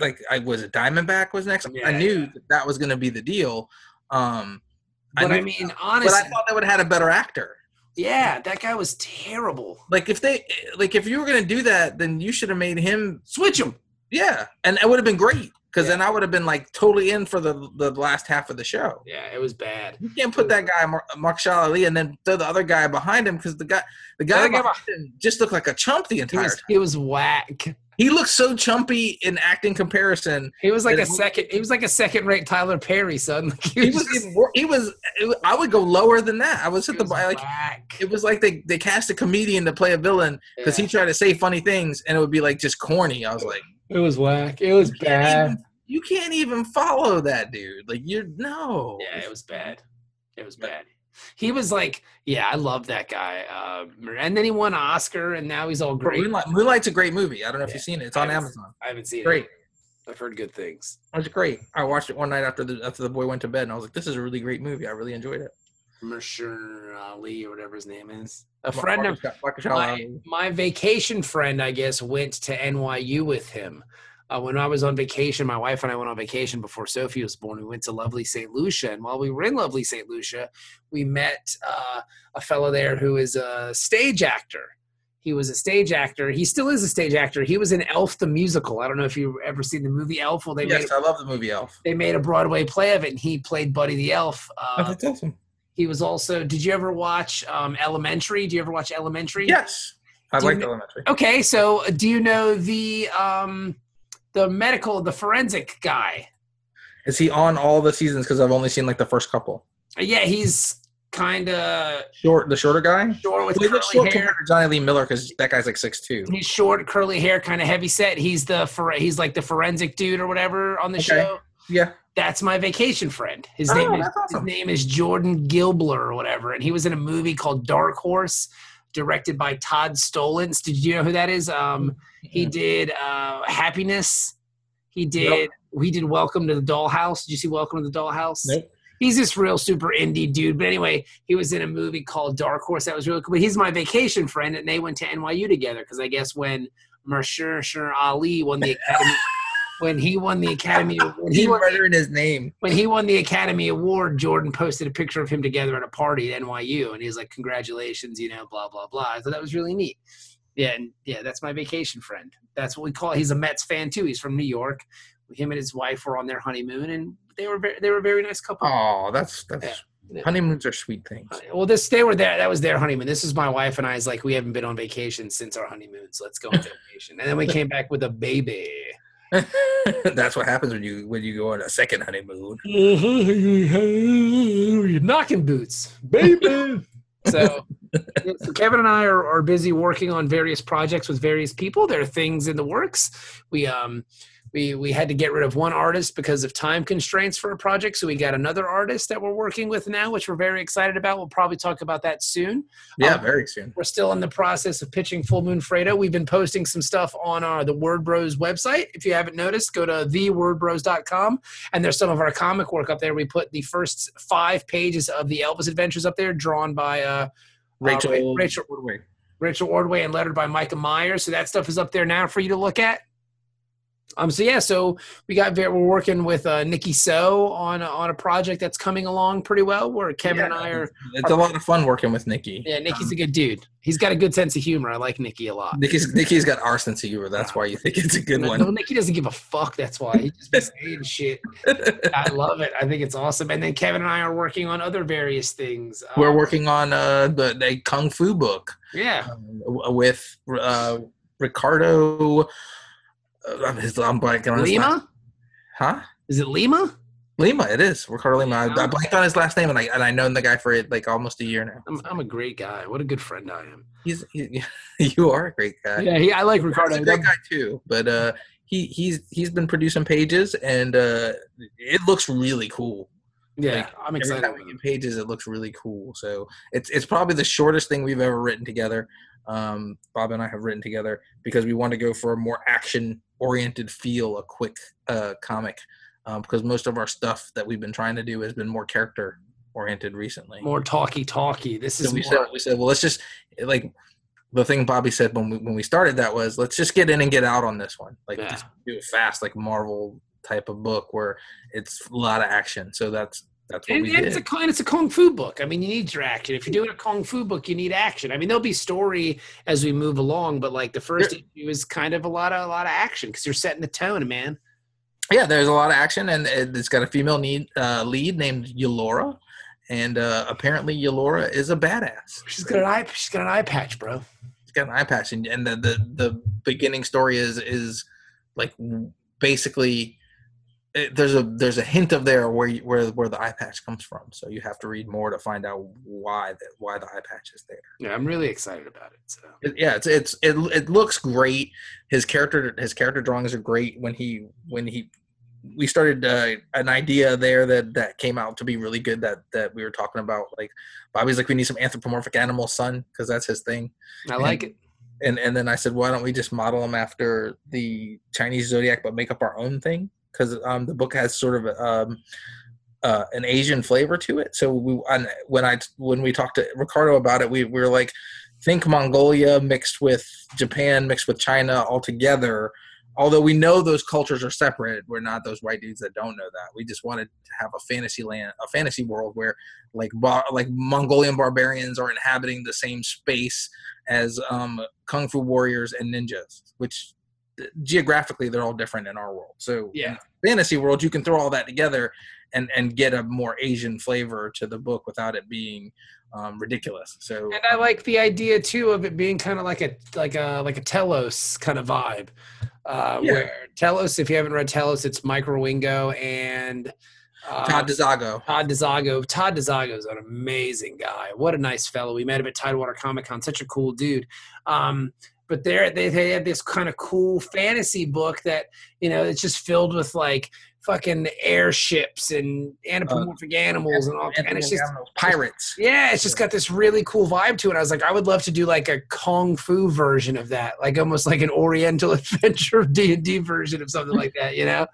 C: like I was it Diamondback was next.
A: Yeah,
C: I knew that that was gonna be the deal. Um, I
A: but I,
C: knew-
A: mean,
C: but
A: honestly,
C: I thought they would have had a better actor.
A: yeah, that guy was terrible.
C: Like if they like if you were gonna do that, then you should have made him
A: Switch him.
C: yeah, and it would have been great because
A: Yeah.
C: then I would have been like totally in for the the last half of the show.
A: Yeah, it was bad.
C: You can't put that guy Mar- Mark Ali and then throw the other guy behind him because the guy the guy
A: other guy
C: behind him just looked like a chump the
A: He
C: entire
A: was
C: time.
A: he was whack.
C: He looked so chumpy in acting comparison.
A: He was like
C: And
A: a
C: it-
A: second. He was like a second rate Tyler Perry, son. Like,
C: He was even wor- he was it was- I would go lower than that. I was
A: he
C: at the
A: was
C: like
A: whack.
C: it was like they, they cast a comedian to play a villain because he
A: Yeah.
C: tried to say funny things and it would be like just corny. I was like,
A: it was whack. It was
C: you can't,
A: bad.
C: even, you can't even follow that dude. Like you're no.
A: Yeah, it was bad. It was
C: But-
A: bad. He was like, yeah, I love that guy. Um, and then he won an Oscar, and now he's all
C: But
A: great.
C: Moonlight, Moonlight's a great movie. I don't know if
A: Yeah.
C: you've seen it. It's on
A: I haven't-
C: Amazon.
A: I haven't seen
C: Great.
A: it. I've heard good things.
C: It was great. I watched it one night after the after the boy went to bed, and I was like, "This is a really great movie. I really enjoyed it."
A: Mercer Ali or whatever his name is. A friend of
C: Marcus- Marcus
A: my,
C: Allen.
A: my vacation friend, I guess, went to NYU with him. Uh, when I was on vacation, my wife and I went on vacation before Sophie was born. We went to lovely St. Lucia. And while we were in lovely St. Lucia, we met uh, a fellow there who is a stage actor. He was a stage actor. He still is a stage actor. He was in Elf the Musical. I don't know if you've ever seen the movie Elf. Well, they, made,
C: Yes, I love the movie Elf.
A: they made a Broadway play of it, and he played Buddy the Elf. Uh,
C: Oh, that's awesome.
A: he was also. Did you ever watch um, Elementary? Do you ever watch Elementary?
C: Yes, I
A: Do you
C: like
A: kn-
C: Elementary.
A: Okay, so uh, do you know the um, the medical, the forensic guy?
C: Is he on all the seasons? Because I've only seen like the first couple.
A: Uh, Yeah, he's kind of
C: Short, the shorter guy.
A: short with
C: Well, he looks
A: curly
C: short
A: hair.
C: compared to Johnny Lee Miller because that guy's like six two.
A: He's short, curly hair, kind of heavy set. He's the for, he's like the forensic dude or whatever on the
C: Okay.
A: show.
C: Yeah,
A: That's my vacation friend. His
C: Oh,
A: name is
C: that's awesome.
A: his name is Jordan Gilbler or whatever, and he was in a movie called Dark Horse, directed by Todd Stolentz. Did you know who that is? Um, He did uh, Happiness. He did. We did Welcome to the Dollhouse. Did you see Welcome to the Dollhouse?
C: Nope.
A: He's this real super indie dude. But anyway, he was in a movie called Dark Horse. That was really cool. But he's my vacation friend, and they went to NYU together because I guess when Mershur Shur Ali won the Academy, when he won the Academy, when he
C: He's
A: won,
C: murdering his name.
A: when he won the Academy Award, Jordan posted a picture of him together at a party at NYU, and he was like, "Congratulations, you know, blah blah blah." I thought that was really neat. Yeah, and yeah, that's my vacation friend. That's what we call. He's a Mets fan too. He's from New York. Him and his wife were on their honeymoon, and they were very, they were a very nice couple.
C: Oh, that's that's
A: Yeah.
C: honeymoons are sweet things.
A: Well, this they were there. That was their honeymoon. This is my wife and I. Is like we haven't been on vacation since our honeymoon, so let's go on vacation. And then we came back with a baby.
C: that's what happens when you when you go on a second honeymoon.
A: knocking boots, baby. so, so Kevin and I are, are busy working on various projects with various people. There are things in the works. We um we we had to get rid of one artist because of time constraints for a project. So we got another artist that we're working with now, which we're very excited about. We'll probably talk about that soon.
C: Yeah,
A: Um,
C: very soon.
A: We're still in the process of pitching Full Moon Fredo. We've been posting some stuff on our the Word Bros website. If you haven't noticed, go to thewordbros.com and there's some of our comic work up there. We put the first five pages of the Elvis Adventures up there, drawn by uh,
C: Rachel,
A: Ra- Rachel-
C: Woodward.
A: Rachel Ordway and lettered by Micah Myers. So that stuff is up there now for you to look at. Um, so yeah, so we got ver- we're working with uh, Nikki So on a- on a project that's coming along pretty well. Where Kevin and
C: Yeah.
A: I are.
C: It's a lot of fun working with Nikki.
A: Yeah, Nikki's a good dude. He's got a good sense of humor. I like Nikki a lot.
C: Nikki's Nikki's got our sense of humor. That's why you think it's a good
A: No,
C: one.
A: Nikki doesn't give a fuck. That's why he just be saying shit. I love it. I think it's awesome. And then Kevin and I are working on other various things. Um,
C: We're working on uh, the, the kung fu book
A: Yeah,
C: um, with uh, Ricardo. uh, I'm, his- I'm blanking on his last-
A: Lima.
C: huh?
A: Is it Lima?
C: Lima. It is Ricardo Lima. I,
A: Oh.
C: I blanked on his last name, and I and I known the guy for like almost a year now.
A: I'm, I'm a great guy. What a good friend I am.
C: He's he, you are a great guy.
A: Yeah, he, I like Ricardo.
C: He's a
A: That-
C: great guy too, but uh, he he's he's been producing pages, and uh, it looks really cool.
A: Yeah,
C: Like,
A: I'm
C: Every
A: excited.
C: time we get pages, it looks really cool. So it's it's probably the shortest thing we've ever written together. Um, Bob and I have written together because we want to go for a more action oriented feel, a quick uh, comic, um, because most of our stuff that we've been trying to do has been more character oriented recently.
A: more talky talky. This is
C: so we
A: more-
C: said we said well let's just like the thing Bobby said when we when we started that was let's just get in and get out on this one like
A: Yeah.
C: just do it fast like Marvel type of book where it's a lot of action. So that's that's what
A: and,
C: we
A: and
C: did.
A: it's a and it's a kung fu book. I mean, you need your action. If you're doing a kung fu book, you need action. I mean, there'll be story as we move along, but like the first issue is kind of a lot of a lot of action because you're setting the tone, man.
C: yeah, there's a lot of action, and it- it's got a female need, uh, lead named Yolora, and uh, apparently Yolora is a badass.
A: She's got an eye. She's got an eye patch, bro.
C: She's got an eye patch, and, and the, the the beginning story is is like basically it, there's a there's a hint of there where you, where where the eye patch comes from. So you have to read more to find out why that why the eye patch is there.
A: Yeah, I'm really excited about it. So
C: It- yeah, it's it's it, it looks great. His character his character drawings are great. When he when he we started uh, an idea there that that came out to be really good. That that we were talking about like Bobby's like we need some anthropomorphic animal son because that's his thing.
A: I like it.
C: And and then I said why don't we just model him after the Chinese zodiac but make up our own thing because um the book has sort of um. Uh, an Asian flavor to it. So we, on- when I when we talked to Ricardo about it, we, we were like, think Mongolia mixed with Japan mixed with China all together. Although we know those cultures are separate, we're not those white dudes that don't know that. We just wanted to have a fantasy land, a fantasy world where like bar, like Mongolian barbarians are inhabiting the same space as um, kung fu warriors and ninjas, which th- geographically they're all different in our world. So in
A: Yeah.
C: the fantasy world, you can throw all that together and and get a more Asian flavor to the book without it being um, ridiculous. So
A: And I like the idea too of it being kind of like a like a like a Telos kind of vibe. Uh,
C: Yeah.
A: Where Telos, if you haven't read Telos, it's Micro Wingo and uh,
C: Todd DeZago.
A: Todd DeZago. Todd DeZago is an amazing guy. What a nice fellow. We met him at Tidewater Comic Con. Such a cool dude. Um, but there they, they had this kind of cool fantasy book that you know it's just filled with like fucking airships and anthropomorphic animals and all. And it's just
C: pirates.
A: yeah, it's just got this really cool vibe to it. I was like, I would love to do like a kung fu version of that, like almost like an Oriental adventure D and D version of something like that, you know,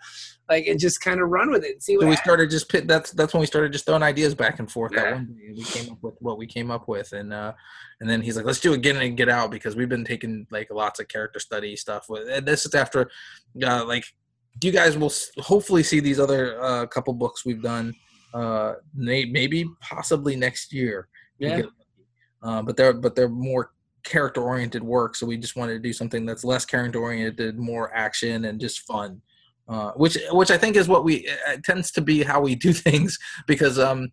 A: like and just kind of run with it and see what.
C: So we
A: happens.
C: started just pit, that's that's when we started just throwing ideas back and forth.
A: Yeah.
C: That one day we came up with what we came up with, and uh, and then he's like, "Let's do it again and get out," because we've been taking like lots of character study stuff. With and this is after, uh, like, you guys will s- hopefully see these other uh, couple books we've done, uh, may, maybe possibly next year. if we
A: yeah.
C: get lucky. Uh, but they're but they're more character oriented work, so we just wanted to do something that's less character oriented, more action and just fun. Uh, which which I think is what we it it tends to be how we do things because um,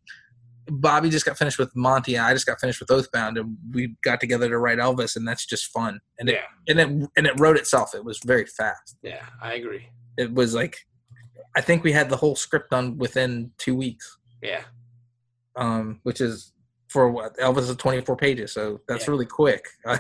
C: Bobby just got finished with Monty and I just got finished with Oathbound and we got together to write Elvis and that's just fun and it
A: Yeah.
C: and it and it wrote itself. It was very fast.
A: Yeah, I agree.
C: It was like I think we had the whole script done within two weeks,
A: Yeah,
C: um, which is for what Elvis is twenty four pages, so that's
A: Yeah.
C: really quick.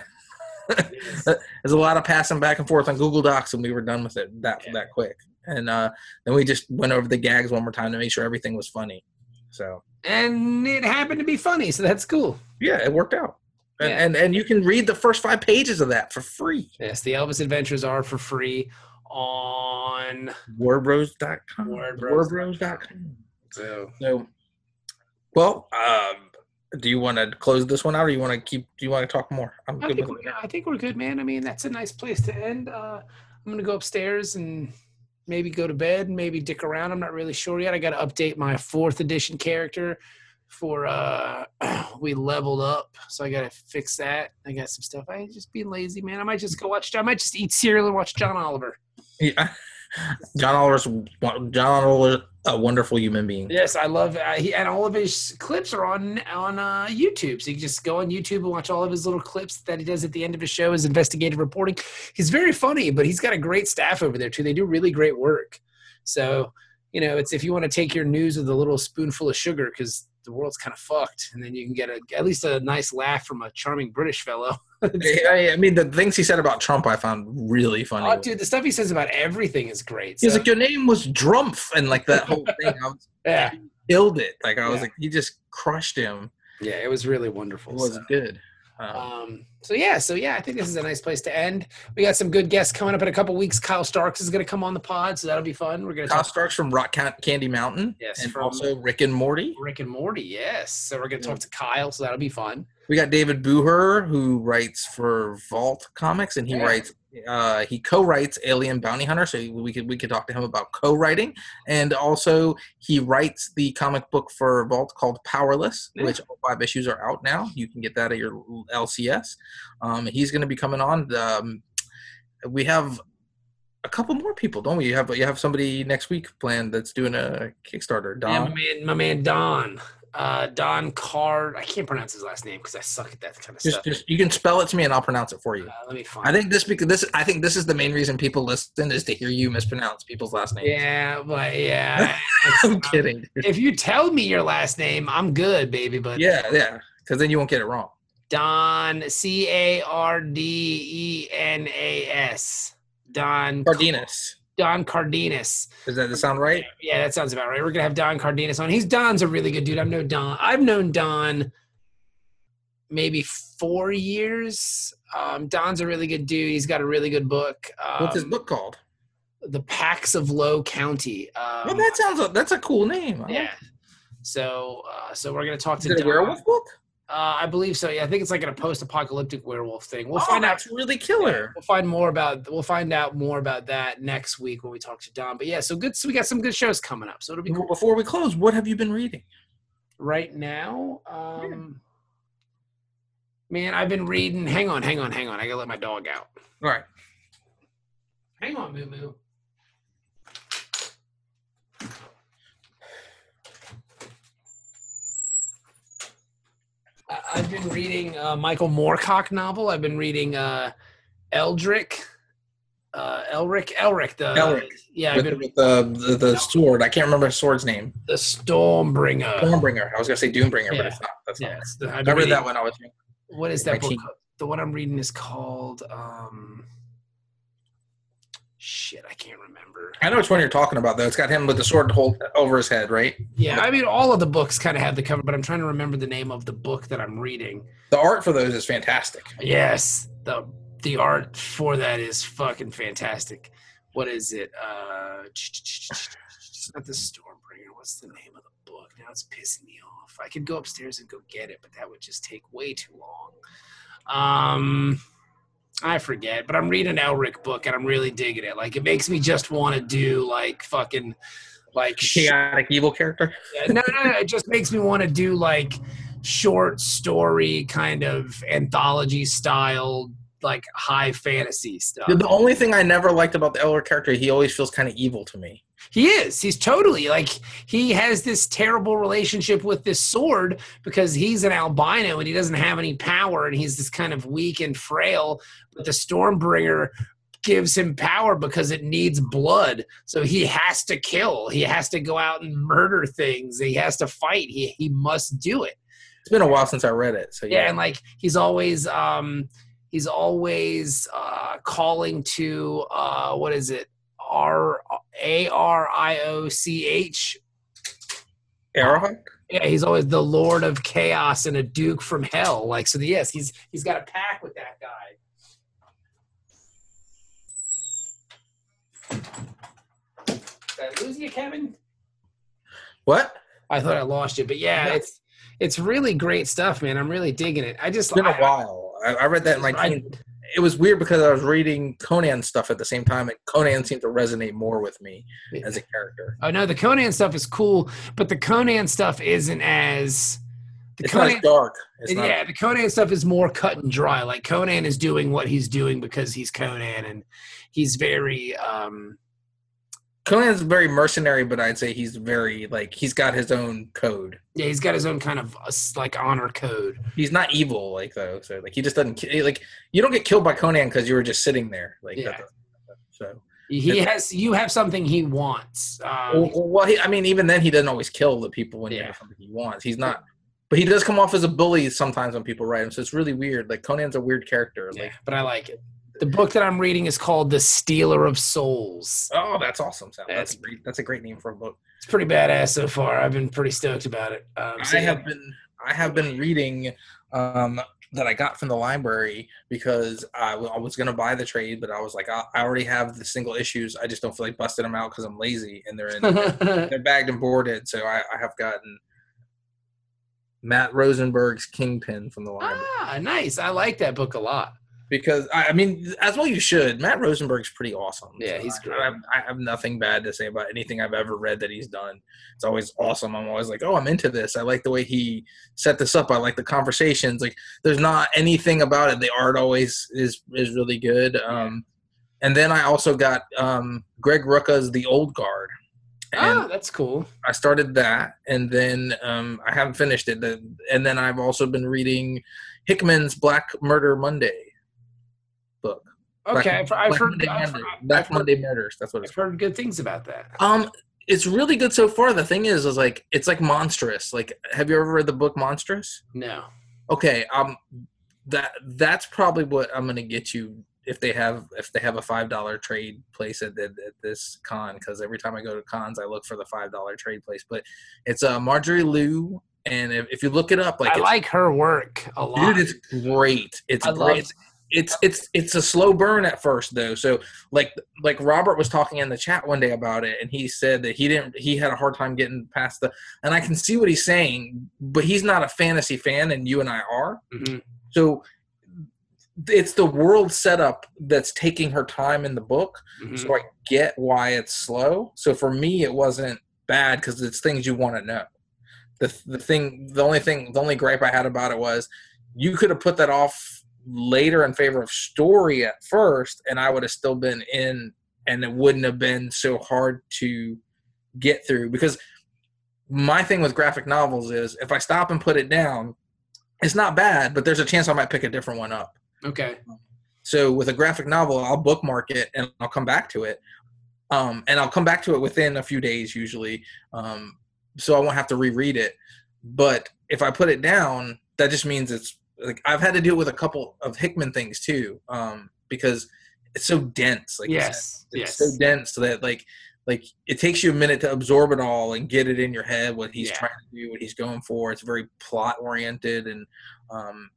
C: Uh, There's a lot of passing back and forth on Google Docs, and we were done with it that
A: Yeah.
C: that quick. and uh, then we just went over the gags one more time to make sure everything was funny. So
A: and it happened to be funny, so that's cool.
C: yeah, it worked out. And,
A: Yeah.
C: and and you can read the first five pages of that for free.
A: Yes, the Elvis Adventures are for free on
C: Wordbros.com.
A: Wordbros.
C: Wordbros.com.
A: so
C: So, well, um, do you want to close this one out, or you want to keep? Do you want to talk more? I'm
A: I
C: good
A: think,
C: with it.
A: we're, I think we're good, man. I mean, that's a nice place to end. Uh, I'm gonna go upstairs and maybe go to bed, maybe dick around. I'm not really sure yet. I got to update my fourth edition character for uh, we leveled up, so I got to fix that. I got some stuff. I just being lazy, man. I might just go watch. I might just eat cereal and watch John Oliver.
C: Yeah. John Oliver's John Oliver, a wonderful human being.
A: Yes, I love uh, he, and all of his clips are on on uh, YouTube. So you can just go on YouTube and watch all of his little clips that he does at the end of his show, his investigative reporting. He's very funny, but he's got a great staff over there too. They do really great work. So you know, it's if you want to take your news with a little spoonful of sugar because the world's kind of fucked, and then you can get a, at least a nice laugh from a charming British fellow.
C: I, I mean, the things he said about Trump, I found really funny.
A: Oh, dude, the stuff he says about everything is great.
C: He was
A: So,
C: like, "Your name was Drumpf," and like that whole thing. I was
A: yeah,
C: killed it. Like I was
A: Yeah.
C: like, he just crushed him.
A: yeah, it was really wonderful.
C: It was
A: So-
C: good. Uh,
A: Um, so yeah, so yeah, I think this is a nice place to end. We got some good guests coming up in a couple weeks. Kyle Starks is going to come on the pod, so that'll be fun. We're going to
C: Kyle
A: talk
C: Starks from Rock Can- Candy Mountain,
A: Yes,
C: and
A: from-
C: also Rick and Morty.
A: to Rick and Morty, yes. So we're going to talk to Kyle, so that'll be fun.
C: We got David Booher, who writes for Vault Comics, and he
A: Yeah.
C: writes. Uh, he co-writes Alien Bounty Hunter, so we could we could talk to him about co-writing, and also he writes the comic book for Vault called Powerless,
A: Yeah.
C: which all five issues are out now. You can get that at your LCS. Um, he's going to be coming on. Um, we have a couple more people, don't we? You have you have somebody next week planned that's doing a Kickstarter. Don.
A: Yeah, my man, my man Don, uh, Don Card. I can't pronounce his last name because I suck at that kind of
C: just
A: stuff.
C: just you can spell it to me, and I'll pronounce it for you.
A: uh, let me find.
C: I think this because this I think this is the main reason people listen is to hear you mispronounce people's last names.
A: yeah, but yeah,
C: I'm kidding. dude.
A: if you tell me your last name, I'm good, baby. But
C: Yeah, yeah, because then you won't get it wrong.
A: Don C A R D E N A S. Don
C: Cardenas.
A: Don Cardenas.
C: Does that, does that sound right?
A: Yeah, that sounds about right. We're gonna have Don Cardenas on. He's Don's a really good dude. I've known Don. I've known Don maybe four years. Um, Don's a really good dude. He's got a really good book. Um,
C: What's his book called?
A: The Packs of Low County. Um,
C: well, that sounds that's a cool name. I like
A: yeah.
C: it.
A: So, uh, so we're gonna talk
C: Is
A: to
C: it a
A: Don.
C: werewolf book?
A: Uh, I believe so. Yeah, I think it's like in a post-apocalyptic werewolf thing. We'll
C: oh,
A: find out.
C: that's really killer.
A: We'll find more about. We'll find out more about that next week when we talk to Don. But yeah, so good. So we got some good shows coming up. So it'll be cool.
C: Well, Before we close, what have you been reading?
A: right now. Um, Man, I've been reading. Hang on, hang on, hang on. I gotta let my dog out.
C: All right.
A: Hang on, Moo Moo. I- I've been reading uh, Michael Moorcock novel. I've been reading uh, Eldrick, uh, Elric, Elric. The
C: Elric.
A: yeah, I've
C: With,
A: been
C: with the, the the sword. I can't remember his sword's name.
A: the Stormbringer.
C: Stormbringer. I was gonna say Doombringer, but
A: Uh-huh. yeah.
C: it's not. That's not.
A: Yes, I've
C: I
A: been
C: read
A: reading-
C: that when I was young.
A: what is that
C: Actually-
A: book? called? The one I'm reading is called um shit, I can't remember.
C: I know which one you're talking about though. It's got him with the sword hold over his head, right?
A: Yeah, I mean all of the books kind of have the cover, but I'm trying to remember the name of the book that I'm reading.
C: The art for those is fantastic.
A: Yes, the the art for that is fucking fantastic. What is it? Uh it's not the Stormbringer. What's the name of the book? Now it's pissing me off. I could go upstairs and go get it, but that would just take way too long. Um I forget, but I'm reading an Elric book and I'm really digging it. Like it makes me just want to do like fucking like
C: chaotic evil character.
A: yeah, no, no, no, it just makes me want to do like short story kind of anthology style, like high fantasy stuff.
C: The only thing I never liked about the Elder character, he always feels kind of evil to me.
A: He is. He's totally like he has this terrible relationship with this sword because he's an albino and he doesn't have any power and he's this kind of weak and frail. But the Stormbringer gives him power because it needs blood. So he has to kill. He has to go out and murder things. He has to fight. He he must do it.
C: It's been a while since I read it, so
A: yeah
C: yeah.
A: and like he's always um he's always uh calling to uh what is it r A R I O C H.
C: Arrowhawk?
A: Yeah, he's always the Lord of Chaos and a Duke from Hell. Like so, yes, he's he's got a pack with that guy. Did I lose you, Kevin?
C: What?
A: I thought I lost you, but yeah,
C: No.
A: it's it's really great stuff, man. I'm really digging it. I just
C: It's been a
A: I-
C: while. I, I read that in my
A: I-
C: teen. It was weird because I was reading Conan stuff at the same time, and Conan seemed to resonate more with me as a character.
A: Oh no, the Conan stuff is cool, but the Conan stuff isn't as the
C: It's not
A: Conan.
C: as dark. It's not,
A: yeah, the Conan stuff is more cut and dry. Like Conan is doing what he's doing because he's Conan, and he's very um,
C: Conan's very mercenary, but I'd say he's very like he's got his own code.
A: yeah, he's got his own kind of uh, s- like honor code.
C: He's not evil like though. So like he just doesn't ki- like you don't get killed by Conan because you were just sitting there like.
A: Yeah.
C: that- so
A: He
C: Yeah.
A: has you have something he wants. Um,
C: well, well, he, I mean, even then he doesn't always kill the people when you
A: Yeah.
C: have something he wants. He's not. But he does come off as a bully sometimes when people write him, so it's really weird. Like Conan's a weird character.
A: yeah,
C: Like,
A: but I like it. The book that I'm reading is called The Stealer of Souls.
C: oh, that's awesome, Sal. That's
A: That's-
C: great. That's a great name for a book.
A: It's pretty badass so far. I've been pretty stoked about it. Um, so
C: I have been I have been reading um, that I got from the library because I, w- I was gonna buy the trade, but I was like, I, I already have the single issues. I just don't feel like busting them out because I'm lazy and they're in,
A: yeah.
C: they're bagged and boarded. So I, I have gotten Matt Rosenberg's Kingpin from the library
A: ah, nice. I like that book a lot.
C: because I, I mean, as well you should. Matt Rosenberg's pretty awesome.
A: Yeah,
C: So
A: he's
C: I-
A: great.
C: I, have, I have nothing bad to say about anything I've ever read that he's done. It's always awesome. I'm always like, oh, I'm into this. I like the way he set this up. I like the conversations. Like, there's not anything about it. The art always is is really good. Um, and then I also got um, Greg Rucka's The Old Guard. And
A: Ah, that's cool.
C: I started that, and then um, I haven't finished it. The- And then I've also been reading Hickman's Black Murder Monday. Black-
A: Okay, I've, I've
C: Black
A: heard
C: Monday
A: I've,
C: Murders.
A: I've
C: Black
A: heard-
C: Monday Murders. That's what it's
A: I've heard good things about that.
C: called. Um, it's really good so far. The thing is, is like it's like monstrous. Like, have you ever read the book Monstrous?
A: No,
C: Okay, um, that that's probably what I'm gonna get you if they have if they have a five dollar trade place at, at, at this con because every time I go to cons I look for the five dollar trade place. But it's uh, Marjorie Lou, and if, if you look it up, like
A: I
C: it's-
A: like her work a lot.
C: Dude, it's great. It's
A: I love-
C: great. It's it's it's a slow burn at first though. So like like Robert was talking in the chat one day about it, and he said that he didn't he had a hard time getting past the. And I can see what he's saying, but he's not a fantasy fan, and you and I are.
A: Mhm.
C: So it's the world setup that's taking her time in the book
A: Mhm.
C: so I get why it's slow. So for me, it wasn't bad because it's things you want to know. The the thing, the only thing, the only gripe I had about it was you could have put that off later in favor of story at first, and I would have still been in, and it wouldn't have been so hard to get through because my thing with graphic novels is if I stop and put it down, it's not bad, but there's a chance I might pick a different one up.
A: Okay,
C: So with a graphic novel, I'll bookmark it and I'll come back to it. Um, and I'll come back to it within a few days usually. Um, so I won't have to reread it. But if I put it down, that just means it's like I've had to deal with a couple of Hickman things too, um, because it's so dense. Like you said.
A: yes, yes.
C: it's so dense that like like it takes you a minute to absorb it all and get it in your head what he's
A: Yeah.
C: trying to do, what he's going for. It's very plot oriented and um,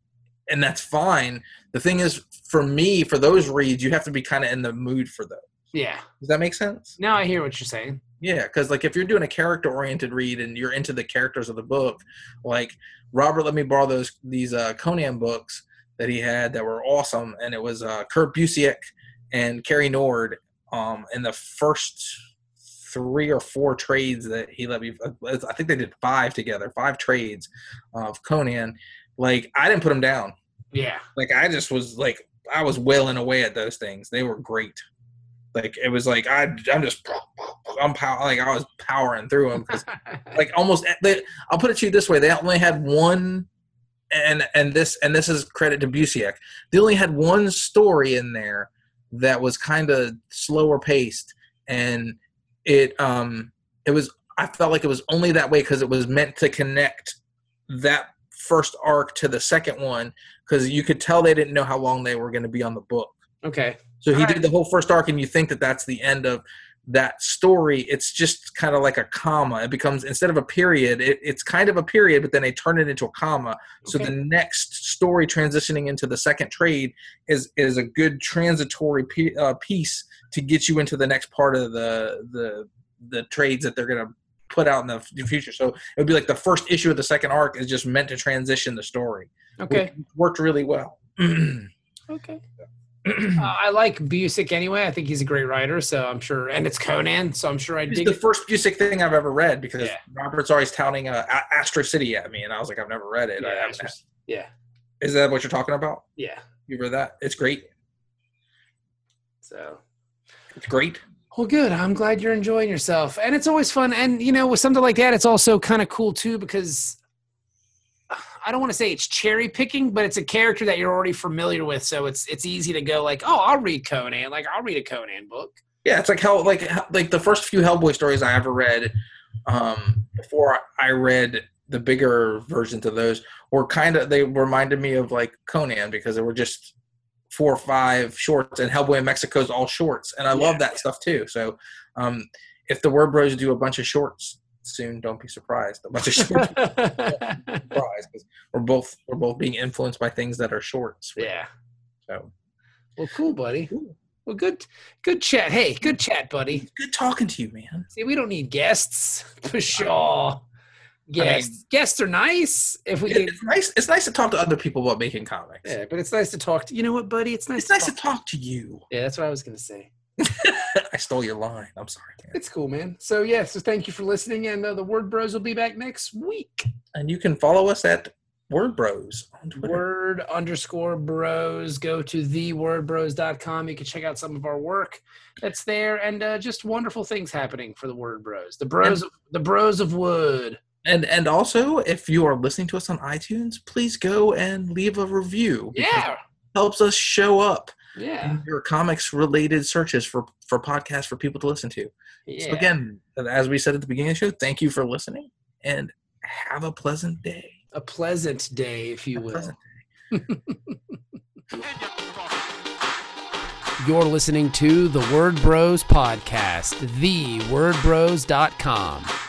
C: and that's fine. The thing is, for me, for those reads, you have to be kind of in the mood for those.
A: yeah.
C: Does that make sense?
A: Now I hear what you're saying.
C: Yeah, because like if you're doing a character oriented read and you're into the characters of the book, like Robert let me borrow those these uh, Conan books that he had that were awesome, and it was uh, Kurt Busiek and Carrie Nord. Um, in the first three or four trades that he let me, uh, I think they did five together, five trades of Conan. Like I didn't put them down.
A: Yeah,
C: Like I just was like I was wailing away at those things. They were great. Like it was like I I'm just I'm pow- like I was powering through them. like almost eh, they, I'll put it to you this way: they only had one, and and this and this is credit to Busiek. They only had one story in there that was kind of slower paced, and it um it was I felt like it was only that way because it was meant to connect that first arc to the second one because you could tell they didn't know how long they were going to be on the book.
A: okay,
C: So he
A: Alright.
C: did the whole first arc, and you think that that's the end of that story it's just kind of like a comma it becomes instead of a period it, it's kind of a period but then they turn it into a comma so
A: Okay.
C: the next story transitioning into the second trade is is a good transitory pe- uh, piece to get you into the next part of the the the trades that they're going to put out in the f- future so it would be like the first issue of the second arc is just meant to transition the story
A: Okay.
C: which worked really well
A: Okay. Uh, I like Busick anyway. I think he's a great writer, so I'm sure, and it's Conan, so I'm sure I
C: It's
A: dig
C: the
A: it.
C: first music thing I've ever read because
A: Yeah.
C: Robert's always touting uh, A- Astro City at me, and I was like, I've never read it. I-
A: Yeah,
C: I'm-
A: Astro- yeah,
C: is that what you're talking about?
A: yeah.
C: You read that? It's great.
A: So
C: It's great.
A: Well, good. I'm glad you're enjoying yourself. And it's always fun. And, you know, with something like that, it's also kind of cool, too, because I don't want to say it's cherry picking, but it's a character that you're already familiar with. So it's it's easy to go, like, oh, I'll read Conan. Like, I'll read a Conan book.
C: Yeah, it's like how like how, like the first few Hellboy stories I ever read um, before I read the bigger versions of those were kind of they reminded me of like Conan because they were just four or five shorts and Hellboy in Mexico's all shorts and I love that stuff too. So um, if the Word Bros do a bunch of shorts soon, don't be surprised. A bunch of shorts surprised because we're both we're both being influenced by things that are shorts.
A: yeah.
C: So
A: Well, cool, buddy. Well, good good chat. Hey, good chat, buddy.
C: good talking to you, man.
A: See, we don't need guests. Pshaw. Guests. guests are nice. If we
C: It-
A: can.
C: It's nice. It's nice to talk to other people about making comics.
A: Yeah, but it's nice to talk to. You know what, buddy? It's nice
C: It's nice
A: to
C: to talk to you.
A: Yeah, that's what I was gonna say.
C: I stole your line. I'm sorry, man.
A: It's cool, man. So yeah, so thank you for listening, and uh, the Word Bros will be back next week.
C: And you can follow us at Word Bros on Twitter.
A: Word underscore Bros. Go to thewordbros.com. You can check out some of our work that's there, and uh, just wonderful things happening for the Word Bros. The Bros. the Bros of Wood.
C: And and also, if you are listening to us on iTunes, please go and leave a review. because
A: Yeah,
C: it helps us show up
A: yeah,
C: in your comics related searches for for podcasts for people to listen to.
A: yeah.
C: So again, as we said at the beginning of the show, thank you for listening and have a pleasant day.
A: a pleasant day, if you will.
C: pleasant
A: You're listening to the Word Bros podcast, thewordbros.com.